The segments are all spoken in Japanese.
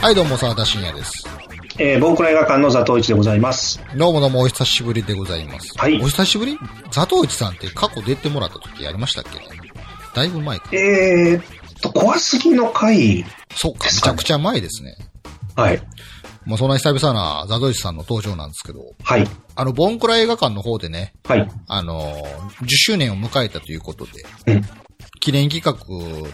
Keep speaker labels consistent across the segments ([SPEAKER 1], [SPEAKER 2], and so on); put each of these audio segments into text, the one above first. [SPEAKER 1] はい、どうも、沢田信也です。
[SPEAKER 2] えー、ボンクラ映画館の座頭市でございます。
[SPEAKER 1] どうもどうも、お久しぶりでございます。
[SPEAKER 2] はい
[SPEAKER 1] お久しぶり佐藤内さんって過去出てもらった時やりましたっけだいぶ前か。
[SPEAKER 2] えーっと、怖すぎの回。
[SPEAKER 1] そうか、め
[SPEAKER 2] です
[SPEAKER 1] ち
[SPEAKER 2] か
[SPEAKER 1] ゃ
[SPEAKER 2] ね
[SPEAKER 1] くちゃ前ですね。
[SPEAKER 2] はい。
[SPEAKER 1] まあ、そんな久々な佐藤内さんの登場なんですけど、
[SPEAKER 2] はい。
[SPEAKER 1] あの、ボンクラ映画館の方でね、
[SPEAKER 2] はい。
[SPEAKER 1] あのー、10周年を迎えたということで、
[SPEAKER 2] うん。
[SPEAKER 1] 記念企画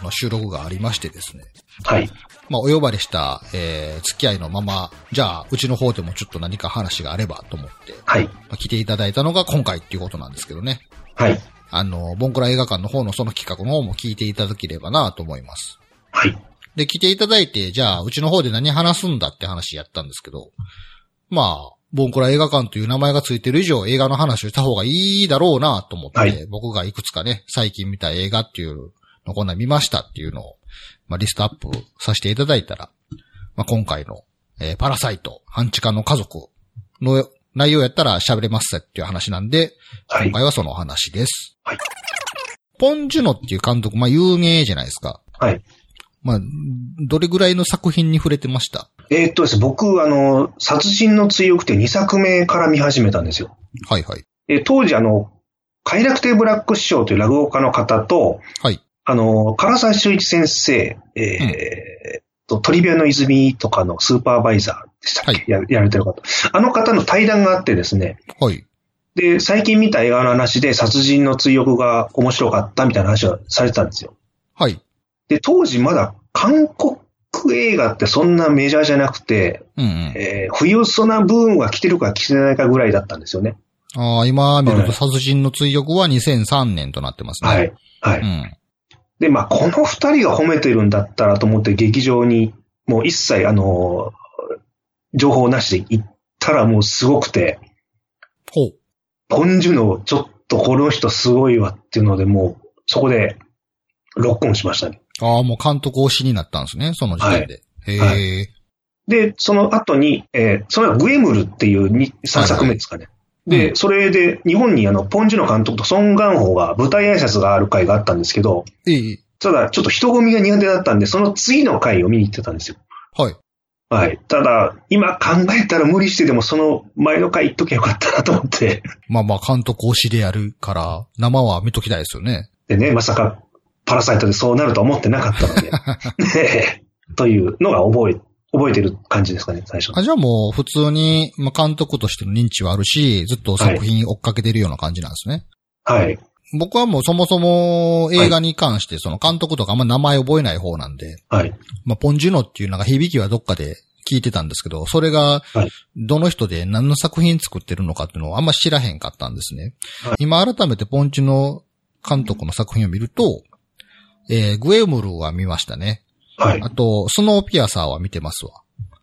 [SPEAKER 1] の収録がありましてですね。
[SPEAKER 2] はい。
[SPEAKER 1] まあ、お呼ばれした、えー、付き合いのまま、じゃあ、うちの方でもちょっと何か話があればと思って、
[SPEAKER 2] はい。
[SPEAKER 1] まあ来ていただいたのが今回っていうことなんですけどね。
[SPEAKER 2] はい。
[SPEAKER 1] あの、ボンクラ映画館の方のその企画の方も聞いていただければなと思います。
[SPEAKER 2] はい。
[SPEAKER 1] で、来ていただいて、じゃあ、うちの方で何話すんだって話やったんですけど、まあ、ボンクラ映画館という名前がついてる以上映画の話をした方がいいだろうなと思って、
[SPEAKER 2] はい
[SPEAKER 1] 僕がいくつかね、最近見た映画っていうのこんなん見ましたっていうのを、まあ、リストアップさせていただいたら、まあ、今回の、えーパラサイト、半地下の家族の内容やったら喋れますっていう話なんで、
[SPEAKER 2] はい
[SPEAKER 1] 今。回はそのお話です。
[SPEAKER 2] はい
[SPEAKER 1] ポン・ジュノっていう監督、まあ、有名じゃないですか。
[SPEAKER 2] はい。
[SPEAKER 1] まあ、どれぐらいの作品に触れてました
[SPEAKER 2] えーっとですね、僕、あの、殺人の追憶って2作目から見始めたんですよ。
[SPEAKER 1] はいはい。
[SPEAKER 2] えー当時、あの、快楽亭ブラック師匠という落語家の方と、
[SPEAKER 1] はい。
[SPEAKER 2] あの、唐沢修一先生、え
[SPEAKER 1] う
[SPEAKER 2] ー
[SPEAKER 1] ん
[SPEAKER 2] えーと、トリビアの泉とかのスーパーバイザーでしたっけ、
[SPEAKER 1] は
[SPEAKER 2] ややられてる方。あの方の対談があってですね、
[SPEAKER 1] はい。
[SPEAKER 2] で、最近見た映画の話で殺人の追憶が面白かったみたいな話をされてたんですよ。
[SPEAKER 1] はい。
[SPEAKER 2] で、当時まだ韓国映画ってそんなメジャーじゃなくて、
[SPEAKER 1] うんうん。
[SPEAKER 2] えー、冬ソナブームが来てるか来てないかぐらいだったんですよね。
[SPEAKER 1] ああ、今見る
[SPEAKER 2] は
[SPEAKER 1] と
[SPEAKER 2] い
[SPEAKER 1] 殺人の追憶は2003年となってますね。
[SPEAKER 2] は。い。は
[SPEAKER 1] う
[SPEAKER 2] い。
[SPEAKER 1] ん。
[SPEAKER 2] で、まあ、この二人が褒めてるんだったらと思って劇場に、もう一切、あのー情報なしで行ったらもうすごくて、
[SPEAKER 1] ほう。
[SPEAKER 2] ポンジュのちょっとこの人すごいわっていうので、もう、そこで、ロックオンしましたね。
[SPEAKER 1] ああ、もう監督推しになったんですね、その時点で。へえ、
[SPEAKER 2] はで、その後に、えーその後グエムルっていう3作目ですかね。
[SPEAKER 1] はいう
[SPEAKER 2] で、
[SPEAKER 1] ん
[SPEAKER 2] それで日本にあの、ポンジュの監督とソン・ガンホが舞台挨拶がある回があったんですけど、
[SPEAKER 1] ええ
[SPEAKER 2] ただちょっと人混みが苦手だったんで、その次の回を見に行ってたんですよ。
[SPEAKER 1] はい。
[SPEAKER 2] はい。ただ、今考えたら無理してでもその前の回行っときゃよかったなと思って。
[SPEAKER 1] まあまあ、監督推しでやるから、生は見ときたいですよね。
[SPEAKER 2] でね、まさかパラサイトでそうなると思ってなかったの で。ねえというのが覚え、覚えてる感じですかね、最初の
[SPEAKER 1] あ、じゃあもう、普通に、まあ、監督としての認知はあるし、ずっと作品追っかけてるような感じなんですね。
[SPEAKER 2] はい。
[SPEAKER 1] 僕はもうそもそも映画に関して、その監督とかあんま名前覚えない方なんで、
[SPEAKER 2] はい。
[SPEAKER 1] まあ、ポンジュノっていうのが響きはどっかで聞いてたんですけど、それが
[SPEAKER 2] はい、
[SPEAKER 1] どの人で何の作品作ってるのかっていうのをあんま知らへんかったんですね。
[SPEAKER 2] はい
[SPEAKER 1] 今改めてポンジュノ監督の作品を見ると、えー、グエムルは見ましたね。
[SPEAKER 2] はい。
[SPEAKER 1] あと、スノーピアサーは見てますわ。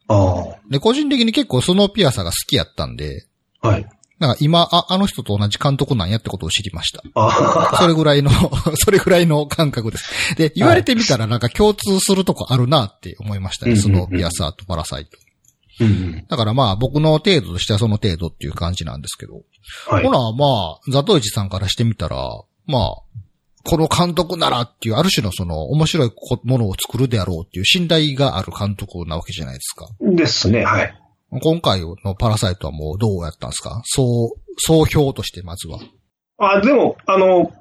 [SPEAKER 2] あ
[SPEAKER 1] で、個人的に結構スノーピアサーが好きやったんで、
[SPEAKER 2] あ。はい。
[SPEAKER 1] なんか今、あ、あの人と同じ監督なんやってことを知りました。
[SPEAKER 2] あ
[SPEAKER 1] それぐらいの、 それぐらいの感覚です。で、言われてみたらなんか共通するとこあるなって思いましたね。
[SPEAKER 2] うんうん
[SPEAKER 1] ス
[SPEAKER 2] うん
[SPEAKER 1] ノーピアサーとパラサイト。
[SPEAKER 2] あ。うん。
[SPEAKER 1] だからまあ僕の程度としてはその程度っていう感じなんですけど。
[SPEAKER 2] はい
[SPEAKER 1] ほ。らまあ、ザトイチさんからしてみたら、まあ、この監督ならっていう、ある種のその面白いこものを作るであろうっていう信頼がある監督なわけじゃないですか。
[SPEAKER 2] ですね、はい。
[SPEAKER 1] 今回のパラサイトはもうどうやったんですかそう、総評としてまずは。
[SPEAKER 2] あ、でも、あの、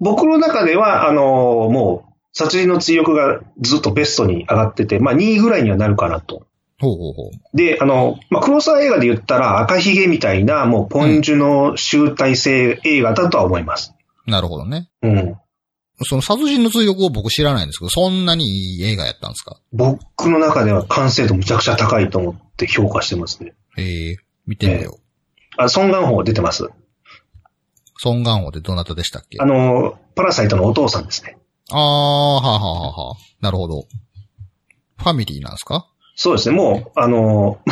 [SPEAKER 2] 僕の中では、あの、もう、殺人の追憶がずっとベストに上がってて、まあ2位ぐらいにはなるかなと。
[SPEAKER 1] ほうほうほう。
[SPEAKER 2] で、あの、まあ、黒沢映画で言ったら赤ひげみたいな、もうポンジュの集大成映画だとは思います。
[SPEAKER 1] なるほどね。
[SPEAKER 2] うん。
[SPEAKER 1] その殺人の追憶を僕知らないんですけど、そんなにいい映画やったんですか
[SPEAKER 2] 僕の中では完成度むちゃくちゃ高いと思って評価してますね。
[SPEAKER 1] ええ見てみよう。
[SPEAKER 2] あ、ソンガンホ出てます。
[SPEAKER 1] ソンガンホでどなたでしたっけ
[SPEAKER 2] あ
[SPEAKER 1] あ
[SPEAKER 2] の、パラサイトのお父さんですね。
[SPEAKER 1] あー、はあ、はあはあはあ、なるほど。ファミリーなんですか
[SPEAKER 2] そうですね、もう、あの、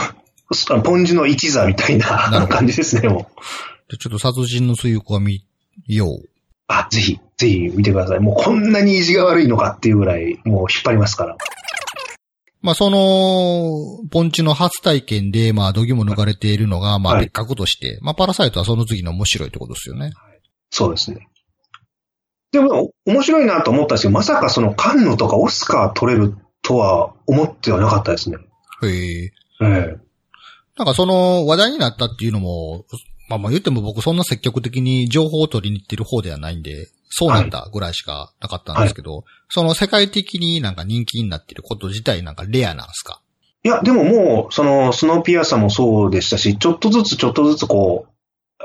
[SPEAKER 2] ポンジュの一座みたい
[SPEAKER 1] なるほ
[SPEAKER 2] な
[SPEAKER 1] ど
[SPEAKER 2] 感じですね、もう。
[SPEAKER 1] でちょっと殺人の追憶は見よう。
[SPEAKER 2] あ、ぜひ、ぜひ見てください。もうこんなに意地が悪いのかっていうぐらい、もう引っ張りますから。
[SPEAKER 1] まあ、その、ポンチの初体験で、まあ、どぎも抜かれているのが、まあ、
[SPEAKER 2] はい
[SPEAKER 1] 別格として、まあ、パラサイトはその次の面白いってことですよね。
[SPEAKER 2] そうですね。でも、面白いなと思ったんですけど、まさかそのカンヌとかオスカー取れるとは思ってはなかったですね。
[SPEAKER 1] へえ。
[SPEAKER 2] え
[SPEAKER 1] なんかその話題になったっていうのも、まあまあ言っても僕そんな積極的に情報を取りに行ってる方ではないんで、そうなんだぐらいしかなかったんですけど、その世界的になんか人気になってること自体なんかレアなんですか
[SPEAKER 2] えいや、でももう、その、スノーピアサもそうでしたし、ちょっとずつちょっとずつこ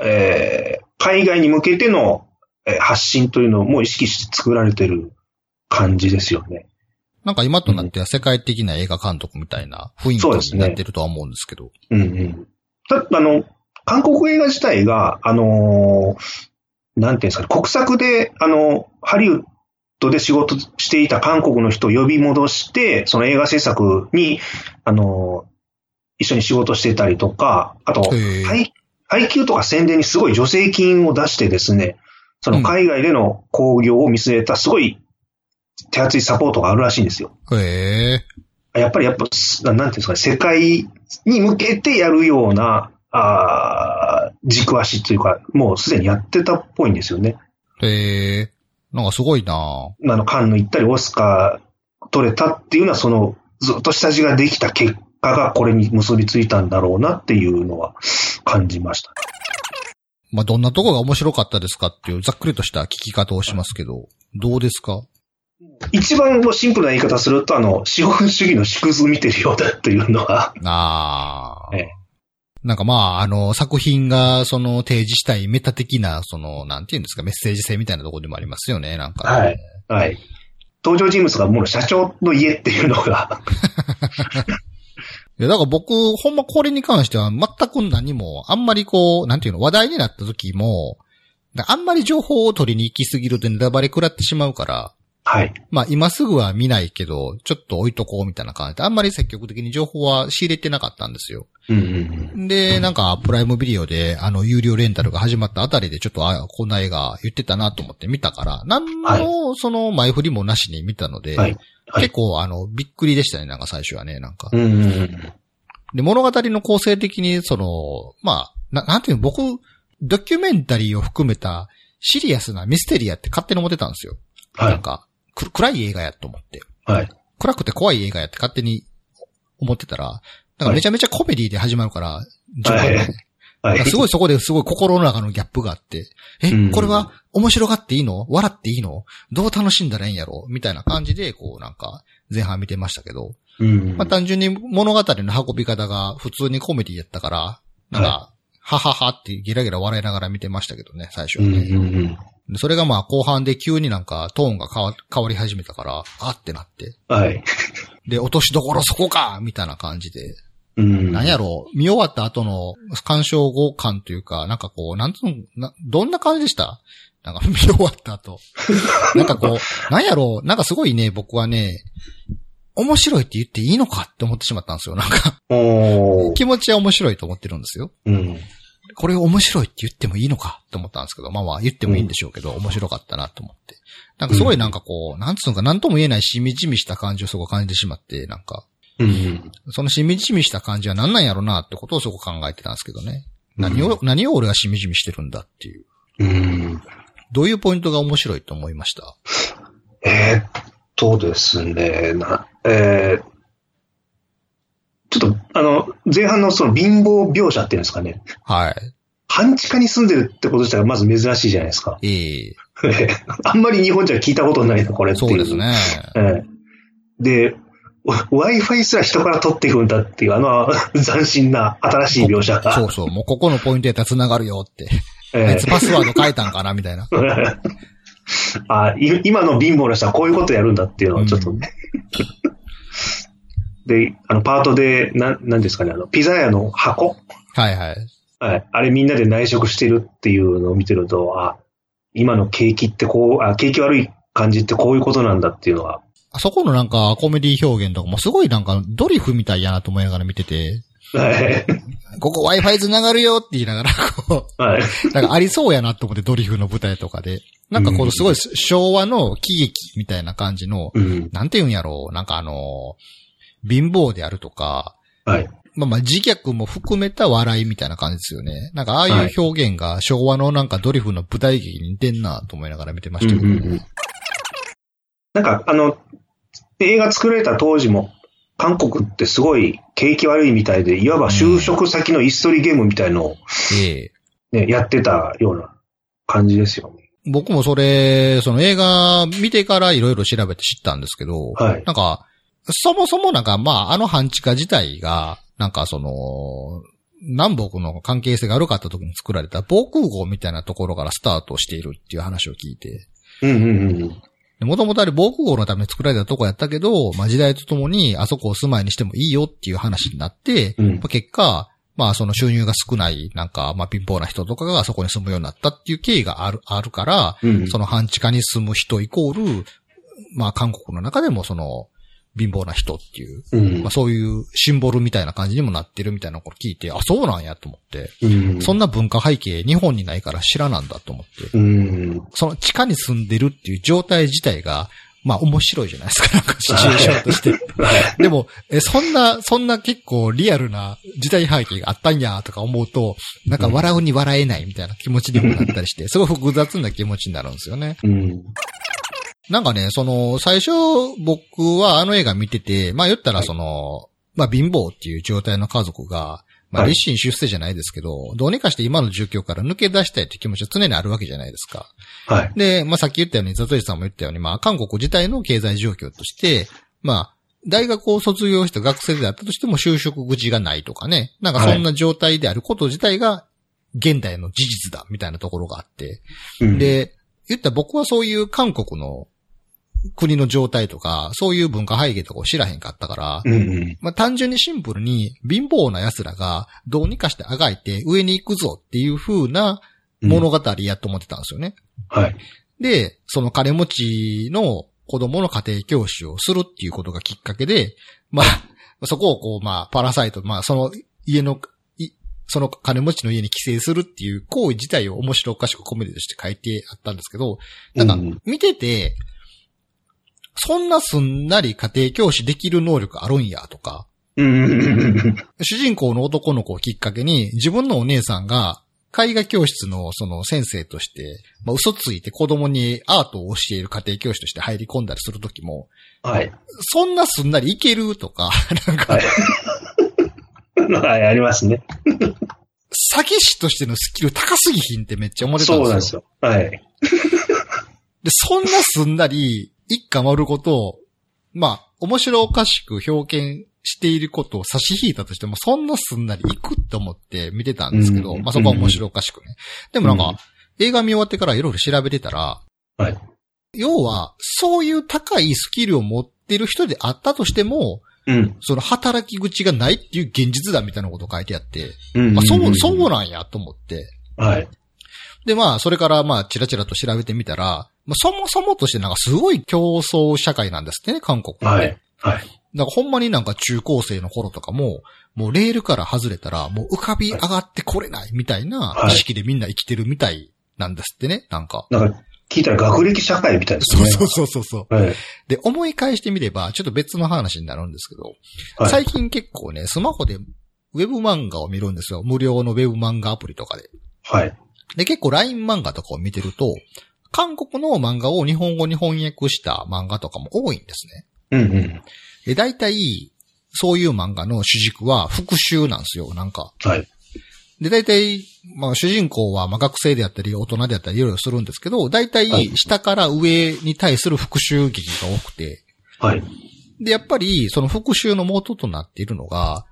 [SPEAKER 2] う、えー海外に向けてのえー発信というのをもう意識して作られてる感じですよね。
[SPEAKER 1] なんか今となっては世界的な映画監督みたいな雰囲
[SPEAKER 2] そうです
[SPEAKER 1] 気に
[SPEAKER 2] ね
[SPEAKER 1] なってるとは思うんですけど。
[SPEAKER 2] うんうん。だあの、韓国映画自体が、あのーなんていうんですかね、国策で、あの、ハリウッドで仕事していた韓国の人を呼び戻して、その映画制作に、あのー一緒に仕事してたりとか、あと、
[SPEAKER 1] へえ。
[SPEAKER 2] 配配給とか宣伝にすごい助成金を出してですね、その海外での興行を見据えたすごい手厚いサポートがあるらしいんですよ。
[SPEAKER 1] へえ。
[SPEAKER 2] やっぱりやっぱ、すななんていうんですかね、世界に向けてやるような、あー軸足というか、もうすでにやってたっぽいんですよね。
[SPEAKER 1] へえ。なんかすごいな
[SPEAKER 2] あの、カンヌ行ったり、オスカー取れたっていうのは、その、ずっと下地ができた結果がこれに結びついたんだろうなっていうのは感じました。
[SPEAKER 1] まあどんなとこが面白かったですかっていうざっくりとした聞き方をしますけど、どうですか
[SPEAKER 2] 一番もうシンプルな言い方すると、あの、資本主義の縮図見てるようだっていうのは、
[SPEAKER 1] ああ。
[SPEAKER 2] ええ
[SPEAKER 1] なんかまあ、あの、作品が、その、提示したいメタ的な、その、なんていうんですか、メッセージ性みたいなところでもありますよね、なんか、
[SPEAKER 2] はい。はい。登場人物がもう社長の家っていうのが、
[SPEAKER 1] いや、だから僕、ほんまこれに関しては、全く何も、あんまりこう、なんていうの、話題になった時も、なんかあんまり情報を取りに行きすぎるとネタバレ食らってしまうから、
[SPEAKER 2] はい。
[SPEAKER 1] まあ今すぐは見ないけど、ちょっと置いとこうみたいな感じで、あんまり積極的に情報は仕入れてなかったんですよ。
[SPEAKER 2] うんうんうん。
[SPEAKER 1] で、なんか、プライムビデオで、あの、有料レンタルが始まったあたりで、ちょっと、あ、こんな映画言ってたなと思って見たから、なんの、その、前振りもなしに見たので、
[SPEAKER 2] はいはい
[SPEAKER 1] 結構、あの、びっくりでしたね、なんか最初はね、なんか
[SPEAKER 2] う。んうんうん。
[SPEAKER 1] で、物語の構成的に、その、まあ、ななんていうの、僕、ドキュメンタリーを含めた、シリアスなミステリアって勝手に思ってたんですよ。
[SPEAKER 2] は
[SPEAKER 1] なん
[SPEAKER 2] い。
[SPEAKER 1] か、く暗い映画やと思って。
[SPEAKER 2] はい。
[SPEAKER 1] 暗くて怖い映画やって勝手に思ってたら、なんかめちゃめちゃコメディで始まるから、情報が
[SPEAKER 2] はいは
[SPEAKER 1] だから
[SPEAKER 2] い。
[SPEAKER 1] すごいそこですごい心の中のギャップがあって、え
[SPEAKER 2] うん、
[SPEAKER 1] これは面白がっていいの笑っていいのどう楽しんだらいいんやろみたいな感じで、こうなんか前半見てましたけど、
[SPEAKER 2] うん
[SPEAKER 1] まあ単純に物語の運び方が普通にコメディやったから、なんか、はははってゲラゲラ笑いながら見てましたけどね、最初
[SPEAKER 2] う
[SPEAKER 1] は
[SPEAKER 2] んう
[SPEAKER 1] ね。
[SPEAKER 2] んうん。
[SPEAKER 1] でそれがまあ後半で急になんかトーンが変わ変わり始めたから、あってなって。
[SPEAKER 2] はい。
[SPEAKER 1] で、落としどころそこかみたいな感じで、
[SPEAKER 2] うん。
[SPEAKER 1] なんやろう、見終わった後の鑑賞後感というか、なんかこう、なんつうの、などんな感じでしたなんか見終わった 後。なんかこう、なんやろう、なんかすごいね、僕はね、面白いって言っていいのかって思ってしまったんですよ。なんか、
[SPEAKER 2] おー
[SPEAKER 1] 気持ちは面白いと思ってるんですよ。
[SPEAKER 2] うん。
[SPEAKER 1] これ面白いって言ってもいいのかって思ったんですけど、まあまあ言ってもいいんでしょうけど、面白かったなと思って。なんかすごいなんかこう、なんつうのか、なんとも言えないしみじみした感じをそこ感じてしまって、なんか、
[SPEAKER 2] うん。
[SPEAKER 1] そのしみじみした感じは何なんやろなってことをそこ考えてたんですけどね。何を、何を俺がしみじみしてるんだっていう。
[SPEAKER 2] うん。
[SPEAKER 1] どういうポイントが面白いと思いました
[SPEAKER 2] えーっとですね、な、えーちょっと、あの、前半のその貧乏描写っていうんですかね。
[SPEAKER 1] はい。
[SPEAKER 2] 半地下に住んでるってこと自体がまず珍しいじゃないですか。
[SPEAKER 1] ええ
[SPEAKER 2] あんまり日本じゃ聞いたことないな、これってい
[SPEAKER 1] そうです ね。
[SPEAKER 2] ええで、w i f i すら人から取っていくんだっていう、あの 斬新な新しい描写が。
[SPEAKER 1] そうそう。もうここのポイントやったら繋がるよって。あ
[SPEAKER 2] え
[SPEAKER 1] いつパスワード書いたんかなみたいな。
[SPEAKER 2] え あい今の貧乏な人はこういうことやるんだっていうのはちょっとね。で、あの、パートで、なん、なんですかね、あの、ピザ屋の箱
[SPEAKER 1] はいはい。
[SPEAKER 2] はい。あれみんなで内職してるっていうのを見てると、あ、今の景気ってこう、あ、景気悪い感じってこういうことなんだっていうのは、
[SPEAKER 1] あそこのなんかコメディ表現とかもすごいなんかドリフみたいやなと思いながら見てて、
[SPEAKER 2] はい。
[SPEAKER 1] ここ Wi-Fi 繋がるよって言いながらこう、
[SPEAKER 2] はい。
[SPEAKER 1] なんかありそうやなと思って、ドリフの舞台とかで。なんかこ
[SPEAKER 2] う
[SPEAKER 1] うんすごい昭和の喜劇みたいな感じの、
[SPEAKER 2] うん。
[SPEAKER 1] なんて言うんやろう、なんかあの、貧乏であるとか、
[SPEAKER 2] はい。
[SPEAKER 1] まあまあ自虐も含めた笑いみたいな感じですよね。なんかああいう表現が昭和のなんかドリフの舞台劇に似てんなと思いながら見てましたけど
[SPEAKER 2] うんうんう
[SPEAKER 1] ね
[SPEAKER 2] ん。なんか、あの、映画作られた当時も、韓国ってすごい景気悪いみたいで、いわば就職先の椅子取りゲームみたいのを
[SPEAKER 1] ええ
[SPEAKER 2] ね、やってたような感じですよね。
[SPEAKER 1] 僕もそれ、その映画見てからいろいろ調べて知ったんですけど、
[SPEAKER 2] はい
[SPEAKER 1] なんか、そもそもなんか、まあ、あの半地下自体が、なんかその、南北の関係性が悪かった時に作られた防空壕みたいなところからスタートしているっていう話を聞いて、
[SPEAKER 2] うんうんうん。
[SPEAKER 1] もともとあれ防空壕のために作られたとこやったけど、まあ時代とともにあそこを住まいにしてもいいよっていう話になって、
[SPEAKER 2] うん
[SPEAKER 1] まあ結果、まあその収入が少ない、なんか、まあ貧乏な人とかがあそこに住むようになったっていう経緯がある、あるから、
[SPEAKER 2] うん、
[SPEAKER 1] その半地下に住む人イコール、まあ韓国の中でもその貧乏な人っていう、
[SPEAKER 2] うん
[SPEAKER 1] まあそういうシンボルみたいな感じにもなってるみたいなこと聞いて、あ、そうなんやと思って、
[SPEAKER 2] うん
[SPEAKER 1] そんな文化背景日本にないから知らなんだと思って、
[SPEAKER 2] うん。
[SPEAKER 1] その地下に住んでるっていう状態自体が、まあ面白いじゃないですか、なんかシチュエーションとして。でも、え、そんな、そんな結構リアルな時代背景があったんやとか思うと、なんか笑うに笑えないみたいな気持ちにもなったりして、すごい複雑な気持ちになるんですよね。
[SPEAKER 2] うん。
[SPEAKER 1] なんかね、その、最初僕はあの映画見てて、まあ言ったらその、まあ貧乏っていう状態の家族が、まあ
[SPEAKER 2] はい
[SPEAKER 1] 立身出世じゃないですけど、どうにかして今の状況から抜け出したいって気持ちは常にあるわけじゃないですか。
[SPEAKER 2] はい。
[SPEAKER 1] で、まあさっき言ったように、ザトイさんも言ったように、まあ韓国自体の経済状況として、まあ、大学を卒業した学生であったとしても就職口がないとかね、なんかそんな状態であること自体が現代の事実だみたいなところがあって、
[SPEAKER 2] うん、
[SPEAKER 1] で、言ったら僕はそういう韓国の国の状態とか、そういう文化背景とかを知らへんかったから、
[SPEAKER 2] うんうん。
[SPEAKER 1] まあ単純にシンプルに貧乏な奴らがどうにかしてあがいて上に行くぞっていう風な物語やと思ってたんですよね。
[SPEAKER 2] はい。
[SPEAKER 1] で、その金持ちの子供の家庭教師をするっていうことがきっかけで、まあ、 そこをこう、まあ、パラサイト、まあ、その家の、いその金持ちの家に帰省するっていう行為自体を面白おかしくコメディとして書いてあったんですけど、なん
[SPEAKER 2] う
[SPEAKER 1] か
[SPEAKER 2] ん、
[SPEAKER 1] 見てて、そんなすんなり家庭教師できる能力あるんやとか、
[SPEAKER 2] うんうんうんうん。
[SPEAKER 1] 主人公の男の子をきっかけに、自分のお姉さんが、絵画教室のその先生として、まあ、嘘ついて子供にアートを教える家庭教師として入り込んだりするときも、
[SPEAKER 2] はい。
[SPEAKER 1] そんなすんなりいけるとか、 なんか、
[SPEAKER 2] はい、ありますね。
[SPEAKER 1] 詐欺師としてのスキル高すぎひんってめっちゃ思ってたん
[SPEAKER 2] そうなん
[SPEAKER 1] で
[SPEAKER 2] ですす
[SPEAKER 1] よ。
[SPEAKER 2] よ。はい。
[SPEAKER 1] で、そんなすんなり、一家丸ごと、まあ、面白おかしく表現していることを差し引いたとしても、そんなすんなりいくって思って見てたんですけど、
[SPEAKER 2] うん
[SPEAKER 1] まあそこは面白おかしくね。でもなんか、
[SPEAKER 2] うん
[SPEAKER 1] 映画見終わってからいろいろ調べてたら、
[SPEAKER 2] はい
[SPEAKER 1] 要は、そういう高いスキルを持ってる人であったとしても、
[SPEAKER 2] うん。
[SPEAKER 1] その働き口がないっていう現実だみたいなこと書いてあって、
[SPEAKER 2] うん。
[SPEAKER 1] まあそう、そうなんやと思って。
[SPEAKER 2] はい。
[SPEAKER 1] で、まあ、それから、まあ、チラチラと調べてみたら、まあ、そもそもとしてなんかすごい競争社会なんですってね、韓国って。
[SPEAKER 2] はい。はい。
[SPEAKER 1] だからほんまになんか中高生の頃とかも、もうレールから外れたら、もう浮かび上がってこれないみたいな
[SPEAKER 2] はい
[SPEAKER 1] 意識でみんな生きてるみたいなんですってね、なんか。
[SPEAKER 2] なんか、聞いたら学歴社会みたいです
[SPEAKER 1] そう
[SPEAKER 2] ね。
[SPEAKER 1] そうそうそうそう。
[SPEAKER 2] はい。
[SPEAKER 1] で、思い返してみれば、ちょっと別の話になるんですけど、
[SPEAKER 2] はい
[SPEAKER 1] 最近結構ね、スマホでウェブ漫画を見るんですよ。無料のウェブ漫画アプリとかで。
[SPEAKER 2] はい。
[SPEAKER 1] で、結構 LINE 漫画とかを見てると、韓国の漫画を日本語に翻訳した漫画とかも多いんですね。
[SPEAKER 2] うんうん。
[SPEAKER 1] で、大体、そういう漫画の主軸は復讐なんですよ、なんか。
[SPEAKER 2] はい。
[SPEAKER 1] で、大体、まあ主人公はまあ学生であったり、大人であったり、いろいろするんですけど、大体
[SPEAKER 2] はい
[SPEAKER 1] 下から上に対する復讐劇が多くて、
[SPEAKER 2] はい。
[SPEAKER 1] で、やっぱりその復讐の元となっているのが、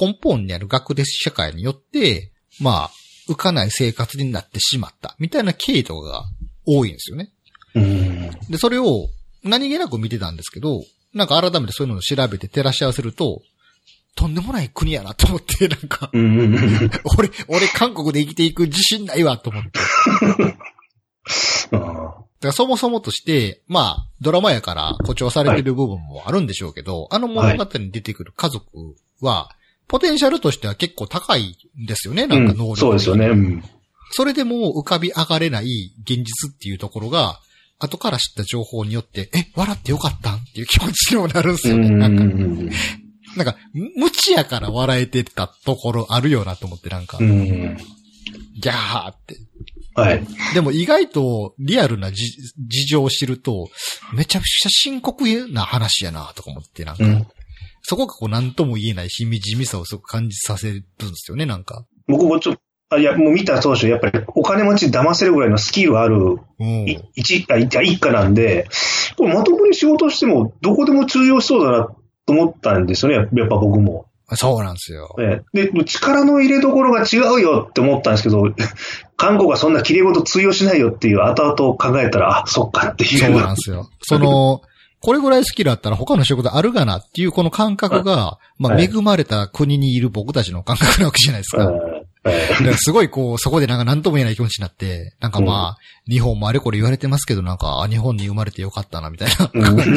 [SPEAKER 1] 根本にある学歴社会によって、まあ、浮かない生活になってしまった、みたいな経緯とかが多いんですよね。
[SPEAKER 2] うん。
[SPEAKER 1] で、それを何気なく見てたんですけど、なんか改めてそういうのを調べて照らし合わせると、とんでもない国やなと思って、なんか、
[SPEAKER 2] うんうんうん。
[SPEAKER 1] 俺、俺韓国で生きていく自信ないわと思って。だか
[SPEAKER 2] あ
[SPEAKER 1] らそもそもとして、まあ、ドラマやから誇張されてる部分もあるんでしょうけど、あの物語に出てくる家族は、ポテンシャルとしては結構高いんですよね、
[SPEAKER 2] ー
[SPEAKER 1] なんか
[SPEAKER 2] う
[SPEAKER 1] 能力、
[SPEAKER 2] そうですよね。うん。
[SPEAKER 1] それでも浮かび上がれない現実っていうところが、後から知った情報によって、え、笑ってよかったんっていう気持ちにもなるんです
[SPEAKER 2] う
[SPEAKER 1] よね。
[SPEAKER 2] ん
[SPEAKER 1] な
[SPEAKER 2] うんん
[SPEAKER 1] か、
[SPEAKER 2] うん
[SPEAKER 1] なんか、無知やから笑えてたところあるよなと思って、なんか、
[SPEAKER 2] うん。うん。
[SPEAKER 1] ギャーって。
[SPEAKER 2] はい。
[SPEAKER 1] でも意外とリアルなじ事情を知ると、めちゃくちゃ深刻な話やなとか思って、なんか、
[SPEAKER 2] うん
[SPEAKER 1] そこがこう何とも言えないしみじみさをすごく感じさせるんですよね、なんか。
[SPEAKER 2] 僕もちょっと、あいや、もう見た当初、やっぱりお金持ち騙せるぐらいのスキルある
[SPEAKER 1] うん。
[SPEAKER 2] い一あ一一家なんで、これまともに仕事しても、どこでも通用しそうだなと思ったんですよね、やっやっぱ僕も。
[SPEAKER 1] そうなんですよ。
[SPEAKER 2] ええで、力の入れどころが違うよって思ったんですけど、 韓国はそんな綺麗事通用しないよっていう後々考えたら、あ、そっかっていう。
[SPEAKER 1] そうなんですよ。その、これぐらいスキルあったら他の仕事あるがなっていうこの感覚が、まあ
[SPEAKER 2] はい
[SPEAKER 1] 恵まれた国にいる僕たちの感覚なわけじゃないですか。
[SPEAKER 2] ええ
[SPEAKER 1] だからすごいこう、そこでなんか何とも言えない気持ちになって、なんかまあ、日本もあれこれ言われてますけど、なんか、あ日本に生まれてよかったな、みたいな。
[SPEAKER 2] うん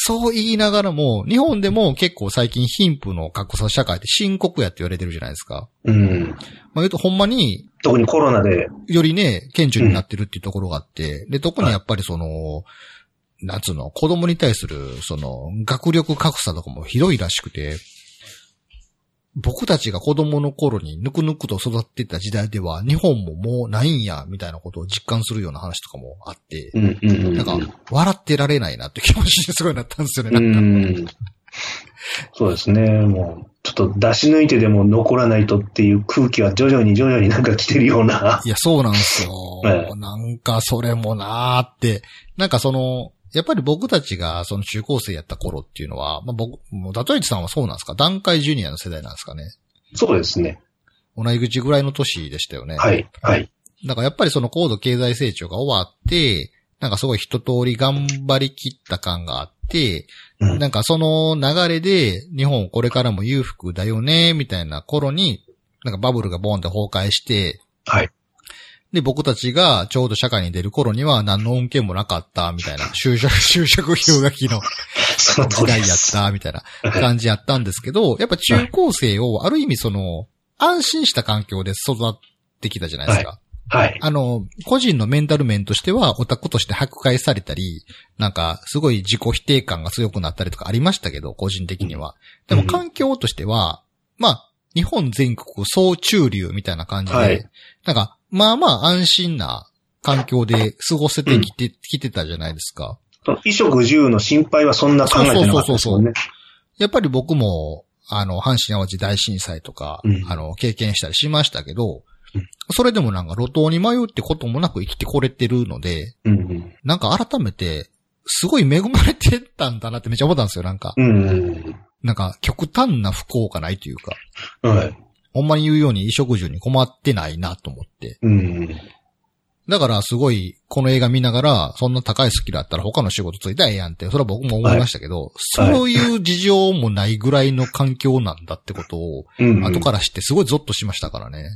[SPEAKER 1] そう言いながらも、日本でも結構最近貧富の格差社会って深刻やって言われてるじゃないですか。
[SPEAKER 2] うん。
[SPEAKER 1] まあ言うとほんまに、
[SPEAKER 2] 特にコロナで、
[SPEAKER 1] よりね、顕著になってるっていうところがあって、で、特にやっぱりその、なんつうの、子供に対する、その、学力格差とかもひどいらしくて、僕たちが子供の頃にぬくぬくと育ってた時代では、日本ももうないんや、みたいなことを実感するような話とかもあって、
[SPEAKER 2] うんうんうん。
[SPEAKER 1] なんか、笑ってられないなって気持ちですごいなったんですよね。
[SPEAKER 2] う
[SPEAKER 1] なんか
[SPEAKER 2] ん。そうですね。もう、ちょっと出し抜いてでも残らないとっていう空気は徐々に徐々になんか来てるような。
[SPEAKER 1] いや、そうなんですよ。
[SPEAKER 2] え
[SPEAKER 1] なんか、それもなーって。なんかその、やっぱり僕たちがその中高生やった頃っていうのは、まあ、僕、もう、ダトイチさんはそうなんですか段階ジュニアの世代なんですかね
[SPEAKER 2] そうですね。
[SPEAKER 1] 同い口ぐらいの年でしたよね。
[SPEAKER 2] はい。はい。
[SPEAKER 1] だからやっぱりその高度経済成長が終わって、なんかすごい一通り頑張り切った感があって、
[SPEAKER 2] うん
[SPEAKER 1] なんかその流れで日本これからも裕福だよね、みたいな頃に、なんかバブルがボーンって崩壊して、
[SPEAKER 2] はい。
[SPEAKER 1] で、僕たちがちょうど社会に出る頃には何の恩恵もなかった、みたいな、 就職、就職氷河期の
[SPEAKER 2] その通
[SPEAKER 1] 時
[SPEAKER 2] りで
[SPEAKER 1] 代やっ
[SPEAKER 2] す。
[SPEAKER 1] た、みたいな感じやったんですけど、やっぱ中高生をある意味その、安心した環境で育ってきたじゃないですか。
[SPEAKER 2] はい。
[SPEAKER 1] あの、個人のメンタル面としてはオタクとして迫害されたり、なんかすごい自己否定感が強くなったりとかありましたけど、個人的には。でも
[SPEAKER 2] うん
[SPEAKER 1] 環境としては、まあ、日本全国総中流みたいな感じで、
[SPEAKER 2] はい
[SPEAKER 1] なんか、まあまあ安心な環境で過ごせてきて、きてたじゃないですか。
[SPEAKER 2] その衣食住の心配はそんな考えてなかったですもんね。
[SPEAKER 1] やっぱり僕も、あの、阪神淡路大震災とか、
[SPEAKER 2] うん
[SPEAKER 1] あの、経験したりしましたけど
[SPEAKER 2] うん、
[SPEAKER 1] それでもなんか路頭に迷うってこともなく生きてこれてるので、
[SPEAKER 2] うん
[SPEAKER 1] なんか改めて、すごい恵まれてたんだなってめっちゃ思ったんですよ、なんか。
[SPEAKER 2] うん。うん
[SPEAKER 1] なんか、極端な不幸がないというか、
[SPEAKER 2] うん。はい。
[SPEAKER 1] ほんまに言うように衣食住に困ってないなと思って。
[SPEAKER 2] うん。
[SPEAKER 1] だから、すごい、この映画見ながら、そんな高いスキルだったら他の仕事ついたらええやんって、それは僕も思いましたけど、
[SPEAKER 2] はい
[SPEAKER 1] そういう事情もないぐらいの環境なんだってことを、
[SPEAKER 2] うん。
[SPEAKER 1] 後から知ってすごいゾッとしましたからね。